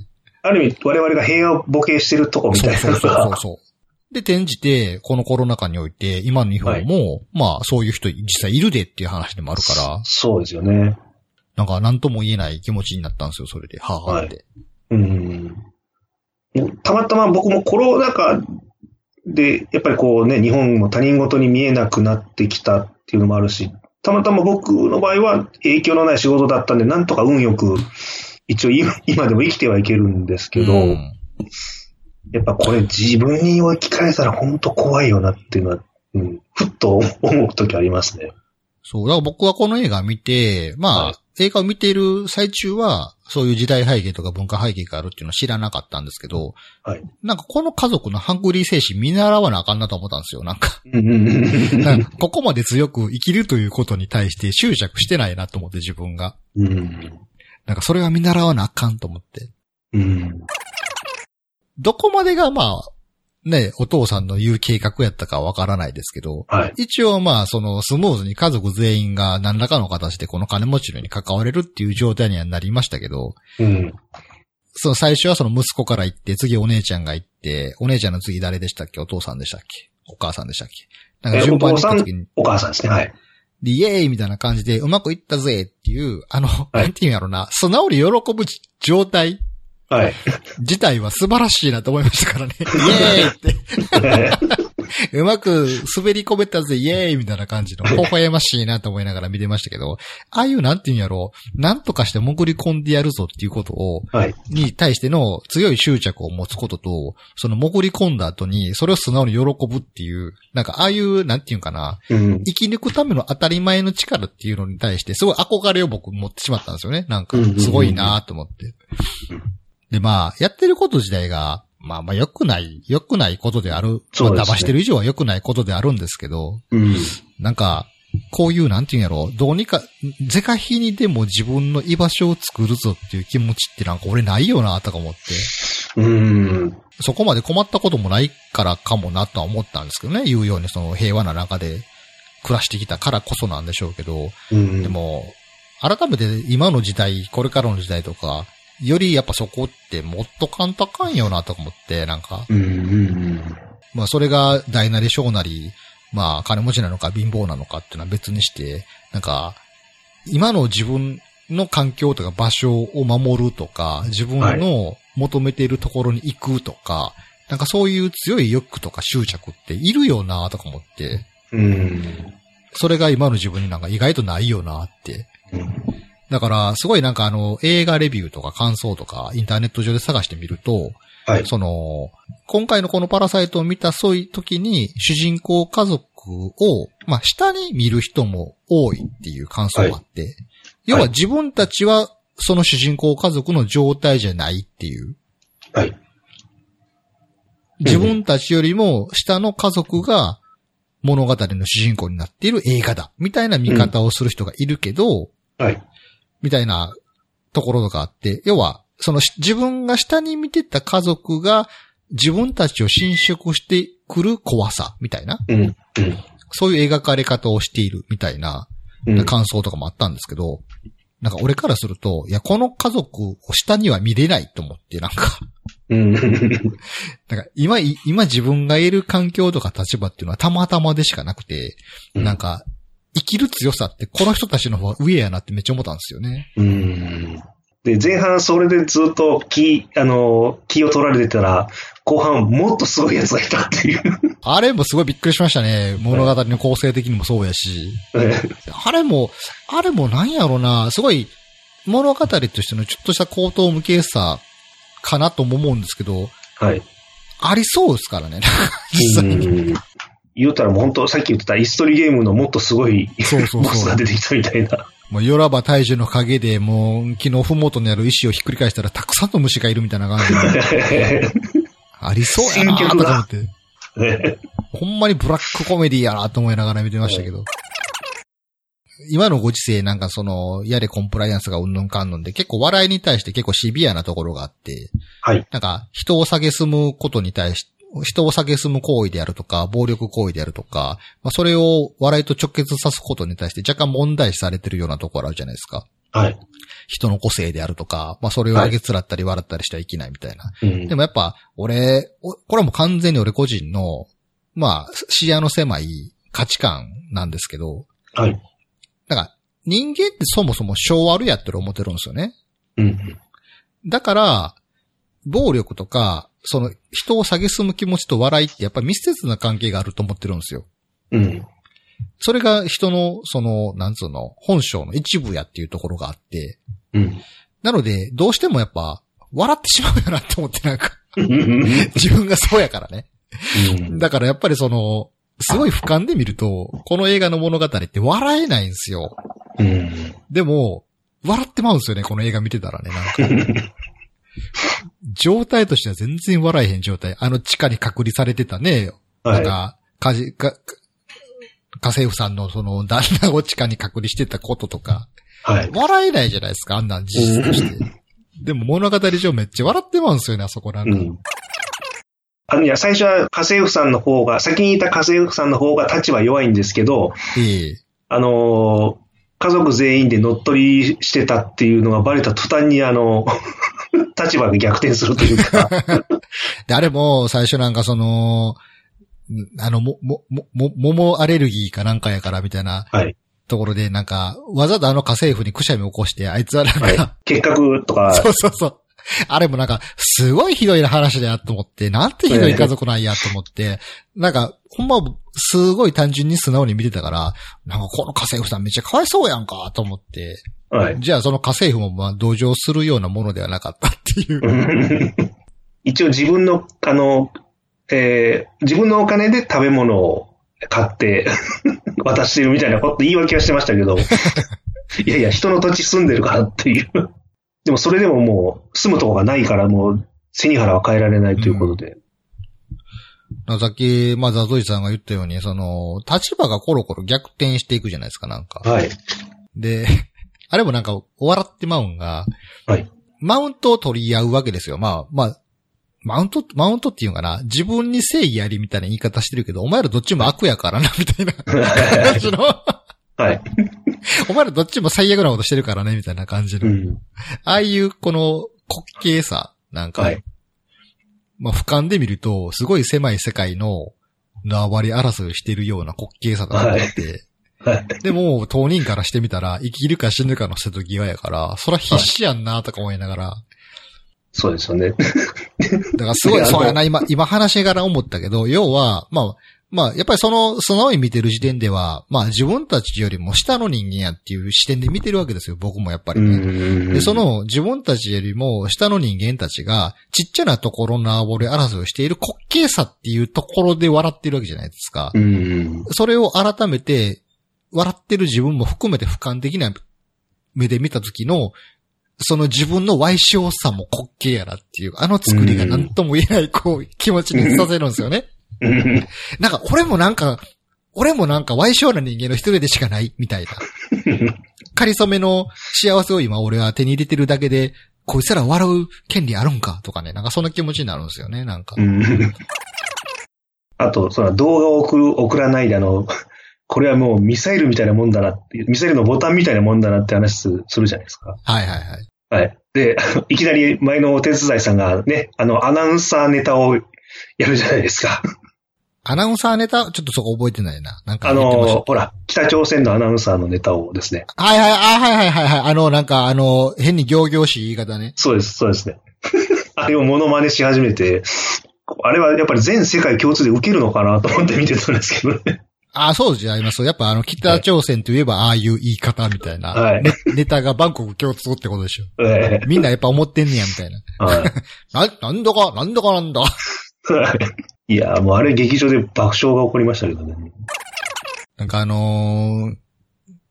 [SPEAKER 2] ある意味、我々が平和をボケしてるとこみ
[SPEAKER 1] そ
[SPEAKER 2] た
[SPEAKER 1] う
[SPEAKER 2] い
[SPEAKER 1] そ
[SPEAKER 2] な
[SPEAKER 1] うそ
[SPEAKER 2] の
[SPEAKER 1] うそう
[SPEAKER 2] が。
[SPEAKER 1] そう。で、転じて、このコロナ禍において、今の日本も、まあ、そういう人実際いるでっていう話でもあるから、
[SPEAKER 2] そうですよね。
[SPEAKER 1] なんか何とも言えない気持ちになったんですよ、それで。はぁ、はぁって。
[SPEAKER 2] うん。たまたま僕もコロナ禍で、やっぱりこうね、日本も他人事に見えなくなってきたっていうのもあるし、たまたま僕の場合は影響のない仕事だったんで、なんとか運よく、一応今 今でも生きてはいけるんですけど、
[SPEAKER 1] うん
[SPEAKER 2] やっぱこれ自分に置き換えたら本当怖いよなっていうのは、うん、ふっと思う時ありますね。
[SPEAKER 1] そう、だから僕はこの映画見て、まあ、
[SPEAKER 2] はい
[SPEAKER 1] 映画を見ている最中は、そういう時代背景とか文化背景があるっていうのは知らなかったんですけど、
[SPEAKER 2] はい
[SPEAKER 1] なんかこの家族のハングリー精神見習わなあかんなと思ったんですよ、なん か。
[SPEAKER 2] うんうんうん
[SPEAKER 1] なんかここまで強く生きるということに対して執着してないなと思って自分が。
[SPEAKER 2] うん。
[SPEAKER 1] なんかそれは見習わなあかんと思って。
[SPEAKER 2] うん。
[SPEAKER 1] どこまでがまあ、ね、お父さんの言う計画やったかはわからないですけど、
[SPEAKER 2] はい。
[SPEAKER 1] 一応まあ、そのスムーズに家族全員が何らかの形でこの金持ちのに関われるっていう状態にはなりましたけど、
[SPEAKER 2] うん。
[SPEAKER 1] その最初はその息子から行って、次お姉ちゃんが行って、お姉ちゃんの次誰でしたっけお父さんでしたっけお母さんでしたっけなんか順番に行った時に、
[SPEAKER 2] お母さんですね。はい。
[SPEAKER 1] でイエーイみたいな感じで、うまくいったぜっていう、あの、
[SPEAKER 2] い
[SPEAKER 1] なんていうんやろな、素直に喜ぶ状態
[SPEAKER 2] はい。
[SPEAKER 1] 自体は素晴らしいなと思いましたからね。イエーイって。うまく滑り込めたぜ、イエーイみたいな感じの、微笑ましいなと思いながら見てましたけど、ああいうなんていうんやろう、なんとかして潜り込んでやるぞっていうことを、
[SPEAKER 2] はい。
[SPEAKER 1] に対しての強い執着を持つことと、その潜り込んだ後に、それを素直に喜ぶっていう、なんかああいう、なんていうんかな、
[SPEAKER 2] うん。
[SPEAKER 1] 生き抜くための当たり前の力っていうのに対して、すごい憧れを僕持ってしまったんですよね。なんか
[SPEAKER 2] うんうんう、ん
[SPEAKER 1] すごいなと思って。で、まあ、やってること自体が、まあまあ良くない、良くないことである。
[SPEAKER 2] そうですね
[SPEAKER 1] まあ騙してる以上は良くないことであるんですけど、
[SPEAKER 2] うん。
[SPEAKER 1] なんか、こういう、なんていうんやろ、どうにか、是か非にでも自分の居場所を作るぞっていう気持ちってなんか俺ないよなとか思って、
[SPEAKER 2] うん。
[SPEAKER 1] そこまで困ったこともないからかもなとは思ったんですけどね、言うようにその平和な中で暮らしてきたからこそなんでしょうけど、
[SPEAKER 2] うん。
[SPEAKER 1] でも、改めて今の時代、これからの時代とか、よりやっぱそこってもっと簡単かんよなとか思って、なんか、
[SPEAKER 2] うん。うん。
[SPEAKER 1] まあそれが大なり小なり、まあ金持ちなのか貧乏なのかっていうのは別にして、なんか、今の自分の環境とか場所を守るとか、自分の求めているところに行くとか、なんかそういう強い欲とか執着っているよなとか思って、
[SPEAKER 2] うん。
[SPEAKER 1] それが今の自分になんか意外とないよなって。
[SPEAKER 2] うん
[SPEAKER 1] だから、すごいなんかあの、映画レビューとか感想とか、インターネット上で探してみると、
[SPEAKER 2] はい。
[SPEAKER 1] その、今回のこのパラサイトを見たそういう時に、主人公家族を、まあ、下に見る人も多いっていう感想があって、要は自分たちは、その主人公家族の状態じゃないっていう。
[SPEAKER 2] はい。
[SPEAKER 1] 自分たちよりも下の家族が物語の主人公になっている映画だ、みたいな見方をする人がいるけど、
[SPEAKER 2] はい。
[SPEAKER 1] みたいなところとかあって、要は、そのし自分が下に見てた家族が自分たちを侵食してくる怖さみたいな、
[SPEAKER 2] うん。うん。
[SPEAKER 1] そういう描かれ方をしているみたいな
[SPEAKER 2] うん。
[SPEAKER 1] 感想とかもあったんですけど、なんか俺からすると、いや、この家族を下には見れないと思って、なんか、
[SPEAKER 2] うん。
[SPEAKER 1] なんか今い、今自分がいる環境とか立場っていうのはたまたまでしかなくて、
[SPEAKER 2] うん
[SPEAKER 1] なんか、生きる強さってこの人たちの方が上やなってめっちゃ思ったんですよね。
[SPEAKER 2] うんで、前半それでずっと気、あの、気を取られてたら、後半もっとすごいやつがいたっていう。
[SPEAKER 1] あれもすごいびっくりしましたね。物語の構成的にもそうやし。あれも、あれもなんやろな、すごい物語としてのちょっとした高等無形さかなとも思うんですけど、
[SPEAKER 2] はい。
[SPEAKER 1] ありそうですからね、実際に。
[SPEAKER 2] うん言うたらもう本当、さっき言ってたイストリーゲームのもっとすごい
[SPEAKER 1] そうそう
[SPEAKER 2] ボス
[SPEAKER 1] そ
[SPEAKER 2] が
[SPEAKER 1] う。
[SPEAKER 2] 出てきたみたいな。
[SPEAKER 1] もう、よらば大樹の陰で、もう、昨日ふもとにある石をひっくり返したら、たくさんの虫がいるみたいな感じ で、ありそうやなと思って。ほんまにブラックコメディやなと思いながら見てましたけど。今のご時世なんかその、やれコンプライアンスがうんぬんかんぬんで、結構笑いに対して結構シビアなところがあって、
[SPEAKER 2] はい。
[SPEAKER 1] なんか人を下げすむことに対して、人を下げすむ行為であるとか、暴力行為であるとか、まあそれを笑いと直結さすことに対して若干問題視されてるようなところあるじゃないですか。
[SPEAKER 2] はい。
[SPEAKER 1] 人の個性であるとか、まあそれを上げつらったり笑ったりしてはいけないみたいな。
[SPEAKER 2] うん
[SPEAKER 1] でもやっぱ、俺、おこれはもう完全に俺個人の、まあ、視野の狭い価値観なんですけど、
[SPEAKER 2] はい。
[SPEAKER 1] なんか、人間ってそもそも性悪やってる思ってるんですよね。
[SPEAKER 2] うん。
[SPEAKER 1] だから、暴力とか、その、人を蔑む気持ちと笑いってやっぱ密接な関係があると思ってるんですよ。
[SPEAKER 2] うん。
[SPEAKER 1] それが人の、その、なんつうの、本性の一部やっていうところがあって、
[SPEAKER 2] うん。
[SPEAKER 1] なので、どうしてもやっぱ、笑ってしまうよなって思ってなんか、
[SPEAKER 2] うん。
[SPEAKER 1] 自分がそうやからね。だからやっぱりその、すごい俯瞰で見ると、この映画の物語って笑えないんですよ。
[SPEAKER 2] うん。
[SPEAKER 1] でも、笑ってまうんですよね、この映画見てたらね、なんか。 状態としては全然笑えへん状態。あの地下に隔離されてたね、な
[SPEAKER 2] は
[SPEAKER 1] ん
[SPEAKER 2] い。
[SPEAKER 1] か、かじ、か、家政婦さんのその旦那を地下に隔離してたこととか、
[SPEAKER 2] はい。
[SPEAKER 1] 笑えないじゃないですか、あんなん事実として。でも物語上めっちゃ笑ってまうんですよね、あそこなん
[SPEAKER 2] う
[SPEAKER 1] か。
[SPEAKER 2] ん。あの、いや、最初は家政婦さんの方が、先にいた家政婦さんの方が立場弱いんですけど、
[SPEAKER 1] ええ
[SPEAKER 2] あのー家族全員で乗っ取りしてたっていうのがバレた途端に、あの、立場が逆転するというか、
[SPEAKER 1] で、あれも、最初なんかその、んあの、も、も、も、も桃アレルギーかなんかやからみたいな
[SPEAKER 2] はい。
[SPEAKER 1] ところで、なんか、わざとあの家政婦にくしゃみ起こして、あいつはなんか、
[SPEAKER 2] はい。結核と か、
[SPEAKER 1] そうそうそう。あれもなんか、すごいひどい話だよと思って、なんてひどい家族なんやと思って、なんか、ほんま、すごい単純に素直に見てたから、なんかこの家政婦さんめっちゃかわいそうやんか、と思って。
[SPEAKER 2] はい。
[SPEAKER 1] じゃあその家政婦もまあ同情するようなものではなかったっていう。
[SPEAKER 2] 一応自分の、あの、えー自分のお金で食べ物を買って 渡してるみたいなこと言い訳はしてましたけ ど、いやいや、人の土地住んでるからっていう。でもそれでももう、住むとこがないからもう、背に腹は変えられないということで。
[SPEAKER 1] さっき、まあザゾイさんが言ったように、その、立場がコロコロ逆転していくじゃないですか、なんか。
[SPEAKER 2] はい。
[SPEAKER 1] で、 あれもなんか、笑ってまうんが、
[SPEAKER 2] はい。
[SPEAKER 1] マウントを取り合うわけですよ。まあ、まあ、マウント、マウントっていうのかな、自分に正義ありみたいな言い方してるけど、お前らどっちも悪やからな、みたいな感じの、
[SPEAKER 2] はい。
[SPEAKER 1] お前らどっちも最悪なことしてるからね、みたいな感じの。
[SPEAKER 2] うん。
[SPEAKER 1] ああいう、この、滑稽さ、なんか、
[SPEAKER 2] はい
[SPEAKER 1] まあ、俯瞰で見ると、すごい狭い世界の縄張り争いしてるような滑稽さだなと思って、
[SPEAKER 2] はい。
[SPEAKER 1] でも、当人からしてみたら、生きるか死ぬかの瀬戸際やから、そら必死やんなとか思いながら、
[SPEAKER 2] そうですよね。
[SPEAKER 1] だからすご
[SPEAKER 2] い
[SPEAKER 1] い、
[SPEAKER 2] や
[SPEAKER 1] そうや
[SPEAKER 2] あ
[SPEAKER 1] な、今、今話しながら思ったけど、要は、まあ、まあ、やっぱりその、素直に見てる時点では、まあ自分たちよりも下の人間やっていう視点で見てるわけですよ、僕もやっぱりね。
[SPEAKER 2] で
[SPEAKER 1] で、そ、の自分たちよりも下の人間たちがちっちゃなところの縄張り争いをしている滑稽さっていうところで笑ってるわけじゃないですか
[SPEAKER 2] う。ん。
[SPEAKER 1] それを改めて笑ってる自分も含めて俯瞰的な目で見た時のその自分の歪小さも滑稽やなっていう、あの作りが何とも言えないこう気持ちにさせるんですよね。
[SPEAKER 2] うん
[SPEAKER 1] なんか俺もなんか、俺もなんか歪小な人間の一人でしかないみたいな。仮初めの幸せを今俺は手に入れてるだけで、こいつら笑う権利あるんかとかね、なんかそんな気持ちになるんですよね、なんか
[SPEAKER 2] う。んあと、その動画を送る、送らないで、あの、これはもうミサイルみたいなもんだなっていうミサイルのボタンみたいなもんだなって話すするじゃないですか。
[SPEAKER 1] はいはいはい。
[SPEAKER 2] はい。で、 いきなり前のお手伝いさんがね、あの、アナウンサーネタをやるじゃないですか。
[SPEAKER 1] アナウンサーネタ、ちょっとそこ覚えてないな。なんか
[SPEAKER 2] あ
[SPEAKER 1] 言ってました
[SPEAKER 2] の、ほら、北朝鮮のアナウンサーのネタをですね。
[SPEAKER 1] はいはい、あはいはいはいはい。あの、なんか、あの、変に行々しい言い方ね。
[SPEAKER 2] そうです、そうですね。 あれをモノマネし始めて、あれはやっぱり全世界共通で受けるのかなと思って見てたんですけどね。
[SPEAKER 1] あそうじゃあります。やっぱあの、北朝鮮といえばああいう言い方みたいな。
[SPEAKER 2] はい
[SPEAKER 1] ねネタがバンコク共通ってことでしょ。
[SPEAKER 2] ええ
[SPEAKER 1] みんなやっぱ思ってんねや、みたいな。
[SPEAKER 2] はい
[SPEAKER 1] な、なんだか、なんだかなんだ。
[SPEAKER 2] いや、もうあれ劇場で爆笑が起こりましたけどね。
[SPEAKER 1] なんかあのー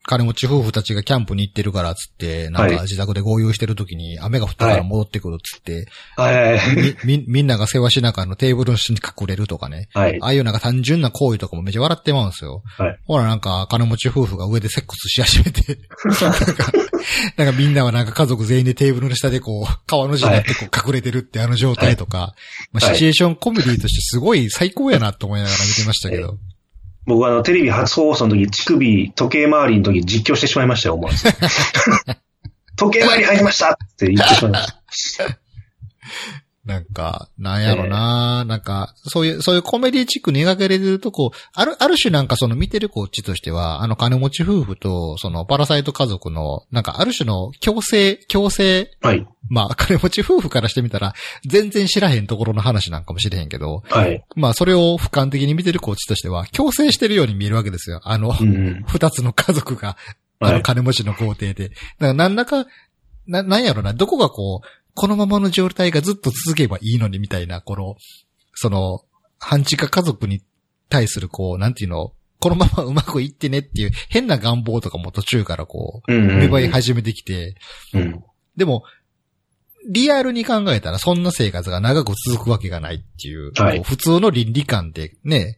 [SPEAKER 1] 金持ち夫婦たちがキャンプに行ってるからっつって、なん
[SPEAKER 2] は
[SPEAKER 1] か
[SPEAKER 2] い
[SPEAKER 1] 自宅で合流してる時に雨が降ったから戻ってくるっつって、
[SPEAKER 2] はいはい
[SPEAKER 1] み、 み、みんなが世話しながらのテーブルの下に隠れるとかね。
[SPEAKER 2] はい。
[SPEAKER 1] ああいうなんか単純な行為とかもめっちゃ笑ってまうんですよ。
[SPEAKER 2] はい
[SPEAKER 1] ほらなんか、金持ち夫婦が上でセックスし始め て、なんか、なんかみんなはなんか家族全員でテーブルの下でこう、川の字になってこう隠れてるってあの状態とか、まあ、
[SPEAKER 2] はい
[SPEAKER 1] シチュエーションコメディとしてすごい最高やなと思いながら見てましたけど。
[SPEAKER 2] 僕あの、テレビ初放送の時、乳首、時計回りの時実況してしまいましたよ、思わず。時計回り入りましたって言ってしまいました。
[SPEAKER 1] なんか、なんやろな、なんか、そういう、そういうコメディチックに描かれてるとこ、ある、ある種なんかその見てるこっちとしては、あの金持ち夫婦と、そのパラサイト家族の、なんかある種の強制、強制、
[SPEAKER 2] はい。
[SPEAKER 1] まあ金持ち夫婦からしてみたら、全然知らへんところの話なんかもしれへんけど、
[SPEAKER 2] はい。
[SPEAKER 1] まあそれを俯瞰的に見てるこっちとしては、強制してるように見えるわけですよ。あの、
[SPEAKER 2] うん。
[SPEAKER 1] 二つの家族が、あ
[SPEAKER 2] は
[SPEAKER 1] の
[SPEAKER 2] い。
[SPEAKER 1] 金持ちの豪邸で。だから何らか、な、なんやろな、どこがこう、このままの状態がずっと続けばいいのにみたいな、この、その、半地下家族に対するこう、なんていうの、このままうまくいってねっていう変な願望とかも途中からこ
[SPEAKER 2] うん
[SPEAKER 1] う、
[SPEAKER 2] うん
[SPEAKER 1] 芽生え始めてきて、
[SPEAKER 2] うん。
[SPEAKER 1] でも、リアルに考えたらそんな生活が長く続くわけがないっていう、
[SPEAKER 2] はい
[SPEAKER 1] こう普通の倫理観でね、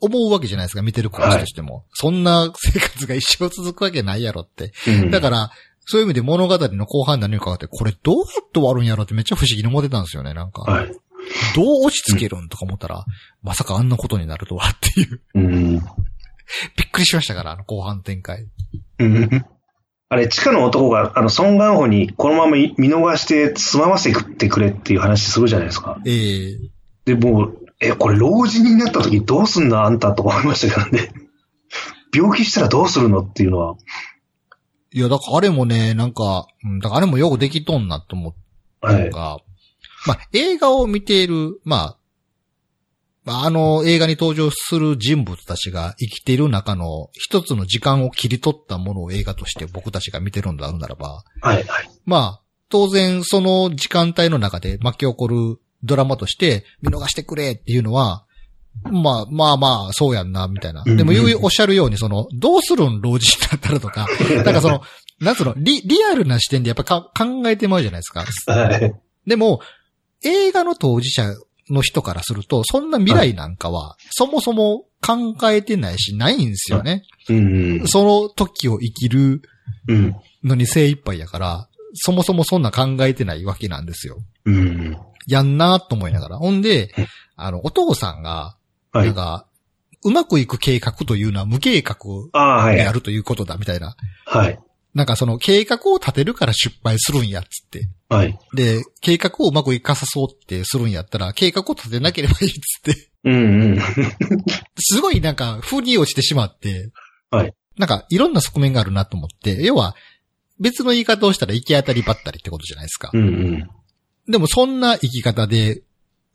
[SPEAKER 1] 思うわけじゃないですか、見てる子たちとしても。そんな生活が一生続くわけないやろって。
[SPEAKER 2] うん
[SPEAKER 1] だから、そういう意味で物語の後半に何にかかって、これどうやって終わるんやろってめっちゃ不思議に思ってたんですよね、なんか。
[SPEAKER 2] はい。
[SPEAKER 1] どう落ち着けるんとか思ったら、まさかあんなことになるとはっていう。
[SPEAKER 2] うん。
[SPEAKER 1] びっくりしましたから、あの後半展開。
[SPEAKER 2] うんあれ、地下の男が、あの、孫元穂にこのまま見逃してつまませてくれっていう話するじゃないですか。
[SPEAKER 1] ええ
[SPEAKER 2] で、もう、え、これ老人になった時どうすんだあんたと思いましたけどね。 病気したらどうするのっていうのは。
[SPEAKER 1] いや、だからあれもね、なんか、うん、だからあれもよくできとんなと思っ
[SPEAKER 2] はい。
[SPEAKER 1] が、まあ、映画を見ている、まあ、まあ、あの映画に登場する人物たちが生きている中の一つの時間を切り取ったものを映画として僕たちが見てるんだろうならば、
[SPEAKER 2] はい。はい。
[SPEAKER 1] まあ、当然その時間帯の中で巻き起こるドラマとして見逃してくれっていうのは、まあまあまあ、そうやんな、みたいな。でも、
[SPEAKER 2] うんうん
[SPEAKER 1] ゆうおっしゃるように、その、どうするん老人だったらと か、なんかその、なんつうの、リ、リアルな視点でやっぱか考えてまうじゃないですか。
[SPEAKER 2] はい。
[SPEAKER 1] でも、映画の当事者の人からすると、そんな未来なんかは、そもそも考えてないし、ないんですよね。
[SPEAKER 2] うん。
[SPEAKER 1] その時を生きる
[SPEAKER 2] うん。
[SPEAKER 1] のに精一杯やから、そもそもそんな考えてないわけなんですよ。
[SPEAKER 2] うん。
[SPEAKER 1] やんなーと思いながら。ほんで
[SPEAKER 2] うん、
[SPEAKER 1] あの、お父さんが、
[SPEAKER 2] は
[SPEAKER 1] なん
[SPEAKER 2] い。
[SPEAKER 1] か、うまくいく計画というのは無計画
[SPEAKER 2] ああ、は
[SPEAKER 1] で
[SPEAKER 2] い
[SPEAKER 1] あ。るということだ、みたいな。
[SPEAKER 2] はい。
[SPEAKER 1] なんかその計画を立てるから失敗するんや、つって。
[SPEAKER 2] はい。
[SPEAKER 1] で、計画をうまくいかさそうってするんやったら、計画を立てなければいいっつって、
[SPEAKER 2] うん。うん。
[SPEAKER 1] すごいなんか、腑に落ちてしまって、
[SPEAKER 2] はい。
[SPEAKER 1] なんか、いろんな側面があるなと思って、要は、別の言い方をしたら行き当たりばったりってことじゃないですか
[SPEAKER 2] う。ん。うん。
[SPEAKER 1] でも、そんな生き方で、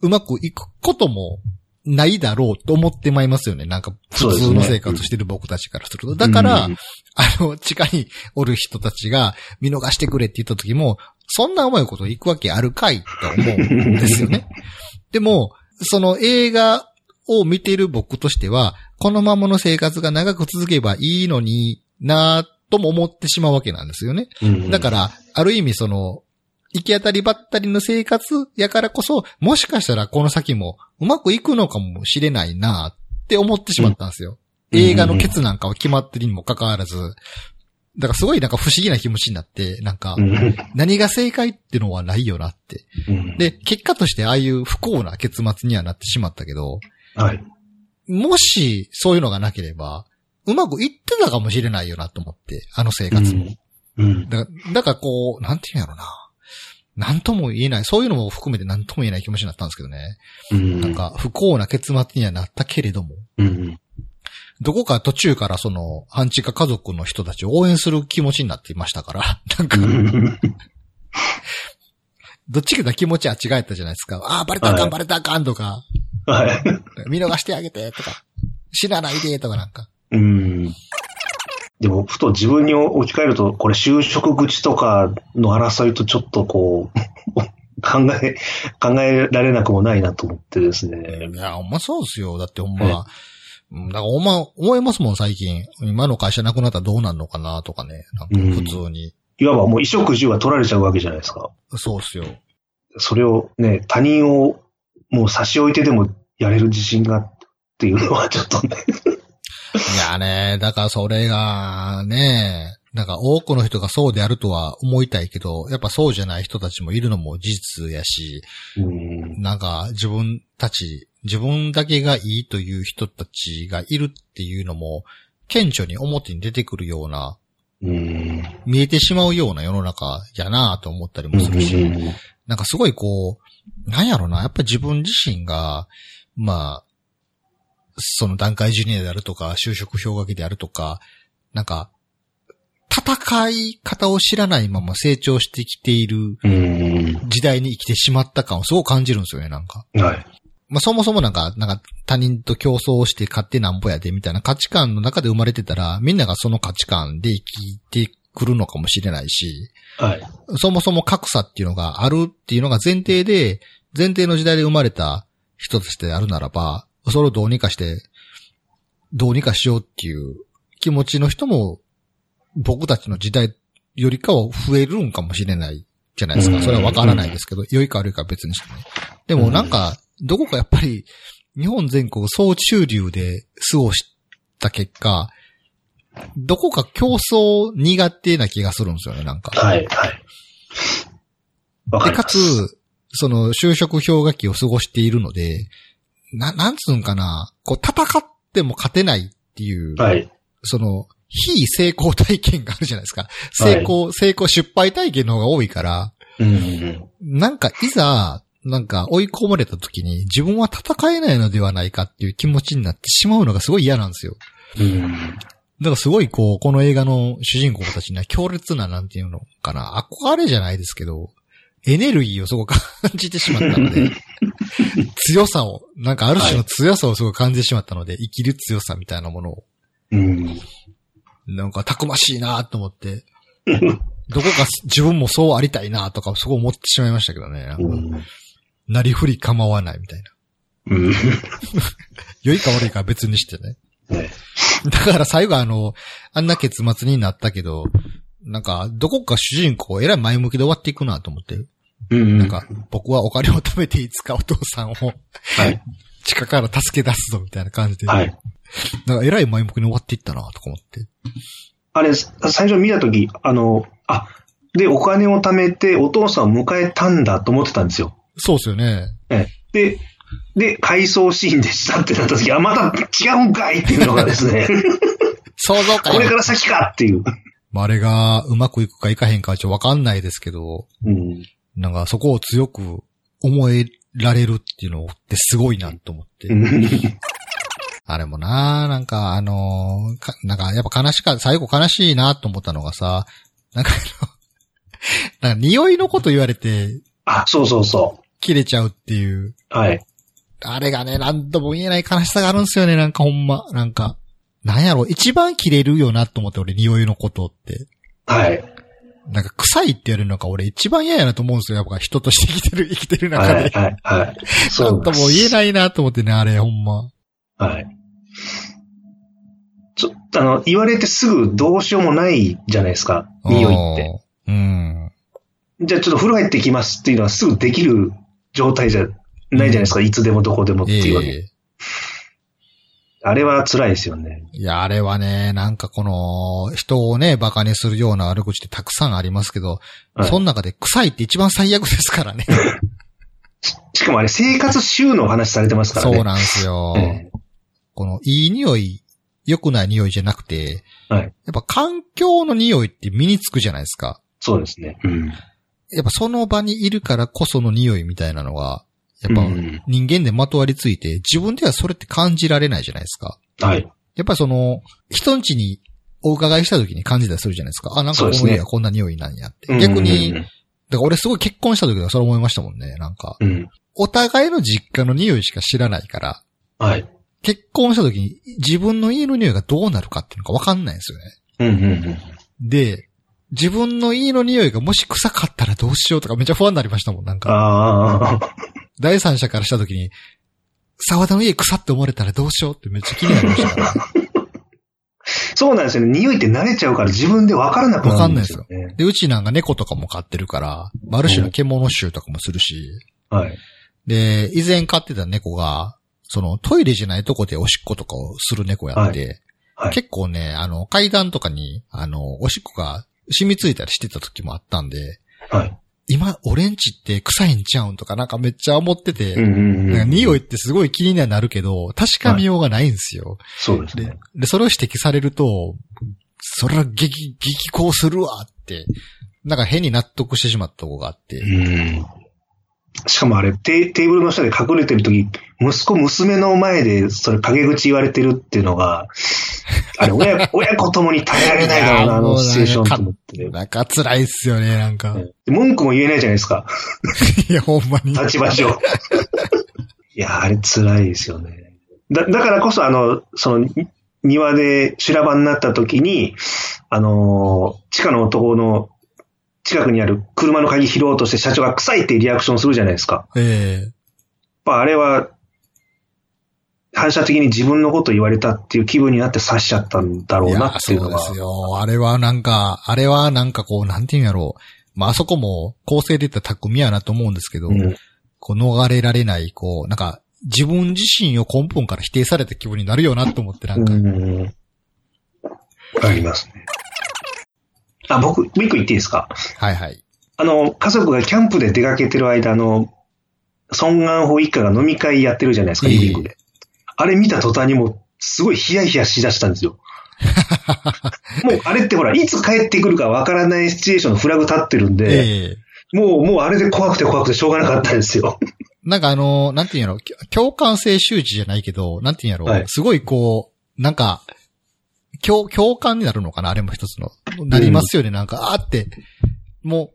[SPEAKER 1] うまくいくことも、ないだろうと思ってまいりますよね。なんか、
[SPEAKER 2] そう
[SPEAKER 1] 普
[SPEAKER 2] ですね
[SPEAKER 1] 通の生活してる僕たちからすると。だから、
[SPEAKER 2] うん、
[SPEAKER 1] あの、地下におる人たちが見逃してくれって言った時も、そんな甘いこと行くわけあるかいと思うんですよ ね。でも、その映画を見ている僕としては、このままの生活が長く続けばいいのになぁとも思ってしまうわけなんですよね。
[SPEAKER 2] うん
[SPEAKER 1] だから、ある意味その、行き当たりばったりの生活やからこそ、もしかしたらこの先もうまくいくのかもしれないなって思ってしまったんですよ。
[SPEAKER 2] うん
[SPEAKER 1] 映画のケツなんかは決まってるにもかかわらず、だからすごいなんか不思議な気持ちになって、なんか
[SPEAKER 2] う、んうん
[SPEAKER 1] 何が正解ってのはないよなって。
[SPEAKER 2] うん
[SPEAKER 1] で、結果としてああいう不幸な結末にはなってしまったけど、
[SPEAKER 2] はい。
[SPEAKER 1] もしそういうのがなければ、うまくいってたかもしれないよなと思って、あの生活も。
[SPEAKER 2] うん。
[SPEAKER 1] だだからこう、なんて言うんやろな。なんとも言えない。そういうのも含めてなんとも言えない気持ちになったんですけどね。
[SPEAKER 2] うん。
[SPEAKER 1] なんか、不幸な結末にはなったけれども、
[SPEAKER 2] うん、
[SPEAKER 1] どこか途中からその、半地下家族の人たちを応援する気持ちになっていましたから、 なんか
[SPEAKER 2] う、ん。
[SPEAKER 1] どっちかだ気持ちは違えたじゃないですか。ああ、バレたらあか
[SPEAKER 2] は
[SPEAKER 1] ん、
[SPEAKER 2] い
[SPEAKER 1] バレたらあかんとか、
[SPEAKER 2] はい。
[SPEAKER 1] 見逃してあげて、とか、死なないで、とかなんか。
[SPEAKER 2] うん。でも、ふと自分に置き換えると、これ就職口とかの争いとちょっとこう、 考え、考えられなくもないなと思ってですね。
[SPEAKER 1] いや、ほんまそうですよ。だってほん
[SPEAKER 2] え
[SPEAKER 1] ま、うんだからほんま、思いますもん、最近。今の会社なくなったらどうなんのかな、とかね。なんか、普通に。
[SPEAKER 2] いわばもう衣食住は取られちゃうわけじゃないですか。
[SPEAKER 1] そうっすよ。
[SPEAKER 2] それをね、他人をもう差し置いてでもやれる自信がっていうのはちょっとね。
[SPEAKER 1] いやね、だからそれが、ね、なんか多くの人がそうであるとは思いたいけど、やっぱそうじゃない人たちもいるのも事実やし、
[SPEAKER 2] うん。
[SPEAKER 1] なんか自分たち、自分だけがいいという人たちがいるっていうのも、顕著に表に出てくるような、
[SPEAKER 2] うん。
[SPEAKER 1] 見えてしまうような世の中やなぁと思ったりもするし、なんかすごいこう、なんやろな、やっぱり自分自身が、まあ、その段階ジュニアであるとか、就職氷河期であるとか、なんか、戦い方を知らないまま成長してきている
[SPEAKER 2] うん。
[SPEAKER 1] 時代に生きてしまった感をすごく感じるんですよね、なんか。
[SPEAKER 2] はい。
[SPEAKER 1] まあそもそもなんか、なんか他人と競争して勝手なんぼやでみたいな価値観の中で生まれてたら、みんながその価値観で生きてくるのかもしれないし、
[SPEAKER 2] はい。
[SPEAKER 1] そもそも格差っていうのがあるっていうのが前提で、前提の時代で生まれた人としてあるならば、それをどうにかして、どうにかしようっていう気持ちの人も、僕たちの時代よりかは増えるんかもしれないじゃないです
[SPEAKER 2] う
[SPEAKER 1] か。
[SPEAKER 2] ん
[SPEAKER 1] それはわからないですけど、良いか悪いかは別にしてね。でもなんか、どこかやっぱり、日本全国総中流で過ごした結果、どこか競争苦手な気がするんですよね、なんか。
[SPEAKER 2] はい。はい。わか
[SPEAKER 1] で、
[SPEAKER 2] り
[SPEAKER 1] か
[SPEAKER 2] ます。
[SPEAKER 1] つ、その、就職氷河期を過ごしているので、な、なんつうんかな、こう、戦っても勝てないっていう、
[SPEAKER 2] はい。
[SPEAKER 1] その、非成功体験があるじゃないですか。成功、成功、失敗体験の方が多いから、
[SPEAKER 2] うん。
[SPEAKER 1] なんかいざ、なんか追い込まれた時に自分は戦えないのではないかっていう気持ちになってしまうのがすごい嫌なんですよ。
[SPEAKER 2] うん。
[SPEAKER 1] だからすごいこう、この映画の主人公たちには強烈な、なんていうのかな、憧れじゃないですけど、エネルギーをすごく感じてしまったので、強さを、なんかある種の強さをすごく感じてしまったので、生きる強さみたいなものを、
[SPEAKER 2] うん。
[SPEAKER 1] なんかたくましいなと思って、どこか自分もそうありたいなとか、すごい思ってしまいましたけどね。なんか
[SPEAKER 2] うん。
[SPEAKER 1] なりふり構わないみたいな。
[SPEAKER 2] うん。
[SPEAKER 1] 良いか悪いかは別にしてね。
[SPEAKER 2] ね
[SPEAKER 1] だから最後あの、あんな結末になったけど、なんか、どこか主人公、えらい前向きで終わっていくなと思って、
[SPEAKER 2] うん。
[SPEAKER 1] なんか、僕はお金を貯めていつかお父さんを
[SPEAKER 2] はい。
[SPEAKER 1] 地下から助け出すぞみたいな感じで、
[SPEAKER 2] はい。
[SPEAKER 1] なんかえらい前向きに終わっていったなとか思って。
[SPEAKER 2] あれ、最初見たとき、あの、あ、で、お金を貯めてお父さんを迎えたんだと思ってたんですよ。
[SPEAKER 1] そうですよね。
[SPEAKER 2] ええで、で、回想シーンでしたってなったとき、あ、また違うんかいっていうのがです ね、
[SPEAKER 1] 想像か
[SPEAKER 2] これから先かっていう。
[SPEAKER 1] まあ、あれがうまくいくかいかへんかはちょっとわかんないですけど、
[SPEAKER 2] うん。
[SPEAKER 1] なんかそこを強く思えられるっていうのってすごいなと思って。あれもな、なんかあのーかなんかやっぱ悲しか、最後悲しいなと思ったのがさ、なんかあの、 なんか匂いのこと言われて
[SPEAKER 2] あ、そうそうそ
[SPEAKER 1] 切れちゃうっていう、
[SPEAKER 2] う。はい。
[SPEAKER 1] あれがね、なんとも言えない悲しさがあるんですよね、なんかほんま、なんか。なんやろ、一番切れるよなと思って俺匂いのことって。
[SPEAKER 2] はい。
[SPEAKER 1] なんか臭いって言われるのが俺一番嫌やなと思うんですよ。やっぱ人として生きてる、生きてる中
[SPEAKER 2] はい。
[SPEAKER 1] で。
[SPEAKER 2] はい。はい。
[SPEAKER 1] ち
[SPEAKER 2] そ
[SPEAKER 1] ょっともう言え
[SPEAKER 2] い。
[SPEAKER 1] ないなと思ってね、あれ、ほんま。
[SPEAKER 2] はい。ちょあの、言われてすぐどうしようもないじゃないですか。匂いって。
[SPEAKER 1] うん。うん。
[SPEAKER 2] じゃあちょっと風呂入ってきますっていうのはすぐできる状態じゃないじゃないですか。いつでもどこでもって
[SPEAKER 1] え
[SPEAKER 2] いうわけ。
[SPEAKER 1] え
[SPEAKER 2] あれは辛いですよね。
[SPEAKER 1] いや、あれはね、なんかこの、人をね、馬鹿にするような悪口ってたくさんありますけど、
[SPEAKER 2] はい
[SPEAKER 1] その中で臭いって一番最悪ですから ね。
[SPEAKER 2] しかもあれ、生活習のお話されてますからね。
[SPEAKER 1] そうなんですよ。
[SPEAKER 2] え
[SPEAKER 1] この、いい匂い、良くない匂いじゃなくて、
[SPEAKER 2] はい
[SPEAKER 1] やっぱ環境の匂いって身につくじゃないですか。
[SPEAKER 2] そうですね。うん。
[SPEAKER 1] やっぱその場にいるからこその匂いみたいなのが、やっぱ
[SPEAKER 2] うん
[SPEAKER 1] 人間でまとわりついて、自分ではそれって感じられないじゃないですか。
[SPEAKER 2] はい。
[SPEAKER 1] やっぱりその、人んちにお伺いした時に感じたりするじゃないですか。あ、なんかこ
[SPEAKER 2] そう
[SPEAKER 1] の
[SPEAKER 2] です
[SPEAKER 1] 家
[SPEAKER 2] ね
[SPEAKER 1] はこんな匂いなんやって。逆に、
[SPEAKER 2] う
[SPEAKER 1] だか
[SPEAKER 2] ん
[SPEAKER 1] ら俺すごい結婚した時はそれ思いましたもんね。なんか、
[SPEAKER 2] うんうん。うん
[SPEAKER 1] お互いの実家の匂いしか知らないから、
[SPEAKER 2] はい。
[SPEAKER 1] 結婚した時に自分の家の匂いがどうなるかっていうのがわかんないんですよね。
[SPEAKER 2] うんうんうん。
[SPEAKER 1] で、自分の家の匂いがもし臭かったらどうしようとかめっちゃ不安になりましたもん。なんか、
[SPEAKER 2] ああ。
[SPEAKER 1] 第三者からした時に、沢田の家臭って思われたらどうしようってめっちゃ気になりましたからね。
[SPEAKER 2] そうなんですよね。匂いって慣れちゃうから自分で分からなくなるんですよ、ね。わかんないですよね。
[SPEAKER 1] で、うちなんか猫とかも飼ってるから、まあある種の獣臭とかもするし、
[SPEAKER 2] はい。
[SPEAKER 1] で、以前飼ってた猫が、そのトイレじゃないとこでおしっことかをする猫やって、
[SPEAKER 2] はいはい
[SPEAKER 1] 結構ね、あの、階段とかに、あの、おしっこが染みついたりしてた時もあったんで、
[SPEAKER 2] はい。
[SPEAKER 1] 今、俺んちって臭いんちゃうんとかなんかめっちゃ思ってて、
[SPEAKER 2] うんうん
[SPEAKER 1] なん
[SPEAKER 2] う
[SPEAKER 1] か
[SPEAKER 2] ん。
[SPEAKER 1] 匂いってすごい気にはなるけど、確かめようがないんですよ。
[SPEAKER 2] そうです
[SPEAKER 1] で
[SPEAKER 2] ね。、
[SPEAKER 1] で、それを指摘されると、それは激、激高するわって、なんか変に納得してしまったとこがあって、
[SPEAKER 2] うん。しかもあれテ、テーブルの下で隠れてるとき、息子、娘の前で、それ、陰口言われてるっていうのが、あれ、親、親子ともに耐えられないだろうな、あ
[SPEAKER 1] いやーもう
[SPEAKER 2] の
[SPEAKER 1] ね
[SPEAKER 2] シチュエーションと思ってね。
[SPEAKER 1] なんか辛いっすよね、なんか。
[SPEAKER 2] 文句も言えないじゃないです か。
[SPEAKER 1] いや、ほんまに。
[SPEAKER 2] 立場上。いや、あれ辛いですよね。だ、だからこそ、あの、その、に庭で修羅場になった時に、あのー、地下の男の近くにある車の鍵拾おうとして社長が臭いってリアクションするじゃないですか。やっ
[SPEAKER 1] え
[SPEAKER 2] ぱあれは、反射的に自分のこと言われたっていう気分になって刺しちゃったんだ
[SPEAKER 1] え
[SPEAKER 2] ろう
[SPEAKER 1] い
[SPEAKER 2] な
[SPEAKER 1] や
[SPEAKER 2] っ、ていう
[SPEAKER 1] そう
[SPEAKER 2] の
[SPEAKER 1] で
[SPEAKER 2] が。
[SPEAKER 1] すよ。あれはなんか、あれはなんかこう、なんていうんやろう。まあ、あそこも構成で言ったら匠やなと思うんですけど、
[SPEAKER 2] うん
[SPEAKER 1] こう逃れられない、こう、なんか、自分自身を根本から否定された気分になるよなと思って、なんか、
[SPEAKER 2] うん。ありますね。あ、僕、もう一個言っていいですか
[SPEAKER 1] はいはい。
[SPEAKER 2] あの、家族がキャンプで出かけてる間、あの、ソン・ガンホ一家が飲み会やってるじゃないですか、
[SPEAKER 1] ええ
[SPEAKER 2] リビングで。あれ見た途端にもう、すごいヒヤヒヤしだしたんで すよ。もう、あれってほら、いつ帰ってくるかわからないシチュエーションのフラグ立ってるんで、
[SPEAKER 1] ええ
[SPEAKER 2] もう、もうあれで怖くて怖くてしょうがなかったですよ。
[SPEAKER 1] なんかあの、なんていうんやろ、きょ共感性周知じゃないけど、なんていうんやろ、
[SPEAKER 2] はい
[SPEAKER 1] すごいこう、なんか、共、共感になるのかなあれも一つの。なりますよね、なんか、あーって、も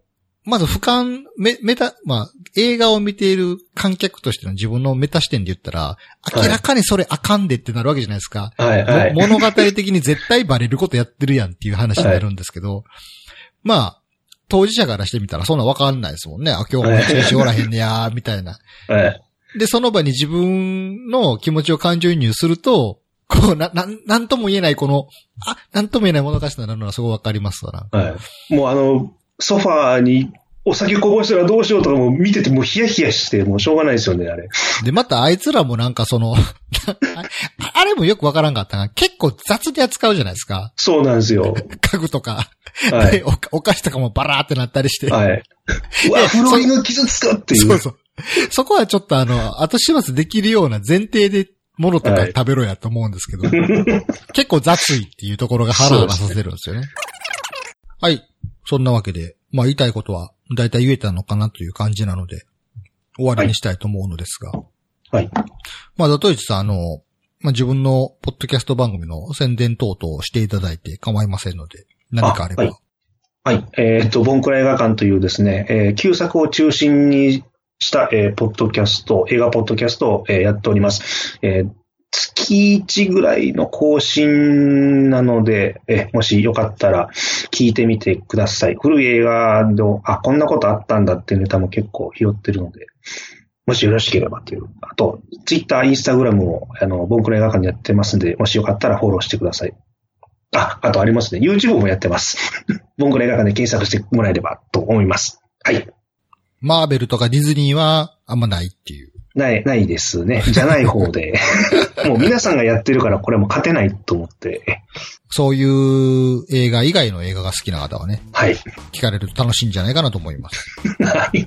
[SPEAKER 1] う、まず俯瞰、メメタ、まあ、映画を見ている観客としての自分のメタ視点で言ったら、
[SPEAKER 2] い
[SPEAKER 1] 明らかにそれあかんでってなるわけじゃないですか。
[SPEAKER 2] はい
[SPEAKER 1] も
[SPEAKER 2] はい。
[SPEAKER 1] 物語的に絶対バレることやってるやんっていう話になるんですけど、まあ、当事者からしてみたらそんなわかんないですもんね。あ、今日も一日おらへんねやー、みたいな。
[SPEAKER 2] はい。
[SPEAKER 1] で、その場に自分の気持ちを感情移入すると、こう、な、なん、なんとも言えないこの、あ、なんとも言えない物語になるのはすごいわかりますわな。
[SPEAKER 2] はい。もうあの、ソファーにお酒こぼしたらどうしようとかもう見ててもうヒヤヒヤして、もうしょうがないですよね、あれ。
[SPEAKER 1] で、またあいつらもなんかその、 ああれもよくわからんかったな。結構雑に扱うじゃないですか。
[SPEAKER 2] そうなんですよ。
[SPEAKER 1] 家具とか、
[SPEAKER 2] は
[SPEAKER 1] で
[SPEAKER 2] い。
[SPEAKER 1] おかお菓子とかもバラーってなったりして。
[SPEAKER 2] はい。うわ、フロリの傷つかってい
[SPEAKER 1] そう
[SPEAKER 2] う。
[SPEAKER 1] そう。そこはちょっとあの、後始末できるような前提で、ものとか食べろやと思うんですけど、結構雑いっていうところが腹を出させるんですよね。はい。そんなわけで、まあ言いたいことは、だいたい言えたのかなという感じなので、終わりにしたいと思うのですが。
[SPEAKER 2] はい。
[SPEAKER 1] まあ、ザトイチさん、あの、まあ、自分のポッドキャスト番組の宣伝等々をしていただいて構いませんので、何かあれば。
[SPEAKER 2] あはいはい。えっ、と、ボンクラ映画館というですね、えー旧作を中心にした、えーポッドキャスト、映画ポッドキャストを、えーやっております。えー月1ぐらいの更新なので、えーもしよかったら聞いてみてください。古い映画の、あ、こんなことあったんだっていうネタも結構拾ってるので、もしよろしければという。あと、ツイッター、インスタグラムを、あの、ボンクラ映画館でやってますんで、もしよかったらフォローしてください。あ、あとありますね。YouTube もやってます。ボンクラ映画館で検索してもらえればと思います。はい。
[SPEAKER 1] マーベルとかディズニーはあんまないっていう。
[SPEAKER 2] ない、ないですね。じゃない方で。もう皆さんがやってるからこれはもう勝てないと思って。
[SPEAKER 1] そういう映画以外の映画が好きな方はね、
[SPEAKER 2] はい。
[SPEAKER 1] 聞かれると楽しいんじゃないかなと思います。
[SPEAKER 2] はい。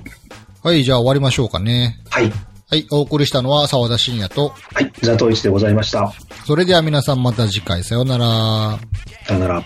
[SPEAKER 1] はい、じゃあ終わりましょうかね。
[SPEAKER 2] はい。
[SPEAKER 1] はい、お送りしたのは沢田信也と、
[SPEAKER 2] はい。ザトウイチでございました。
[SPEAKER 1] それでは皆さんまた次回さようなら。
[SPEAKER 2] さよなら。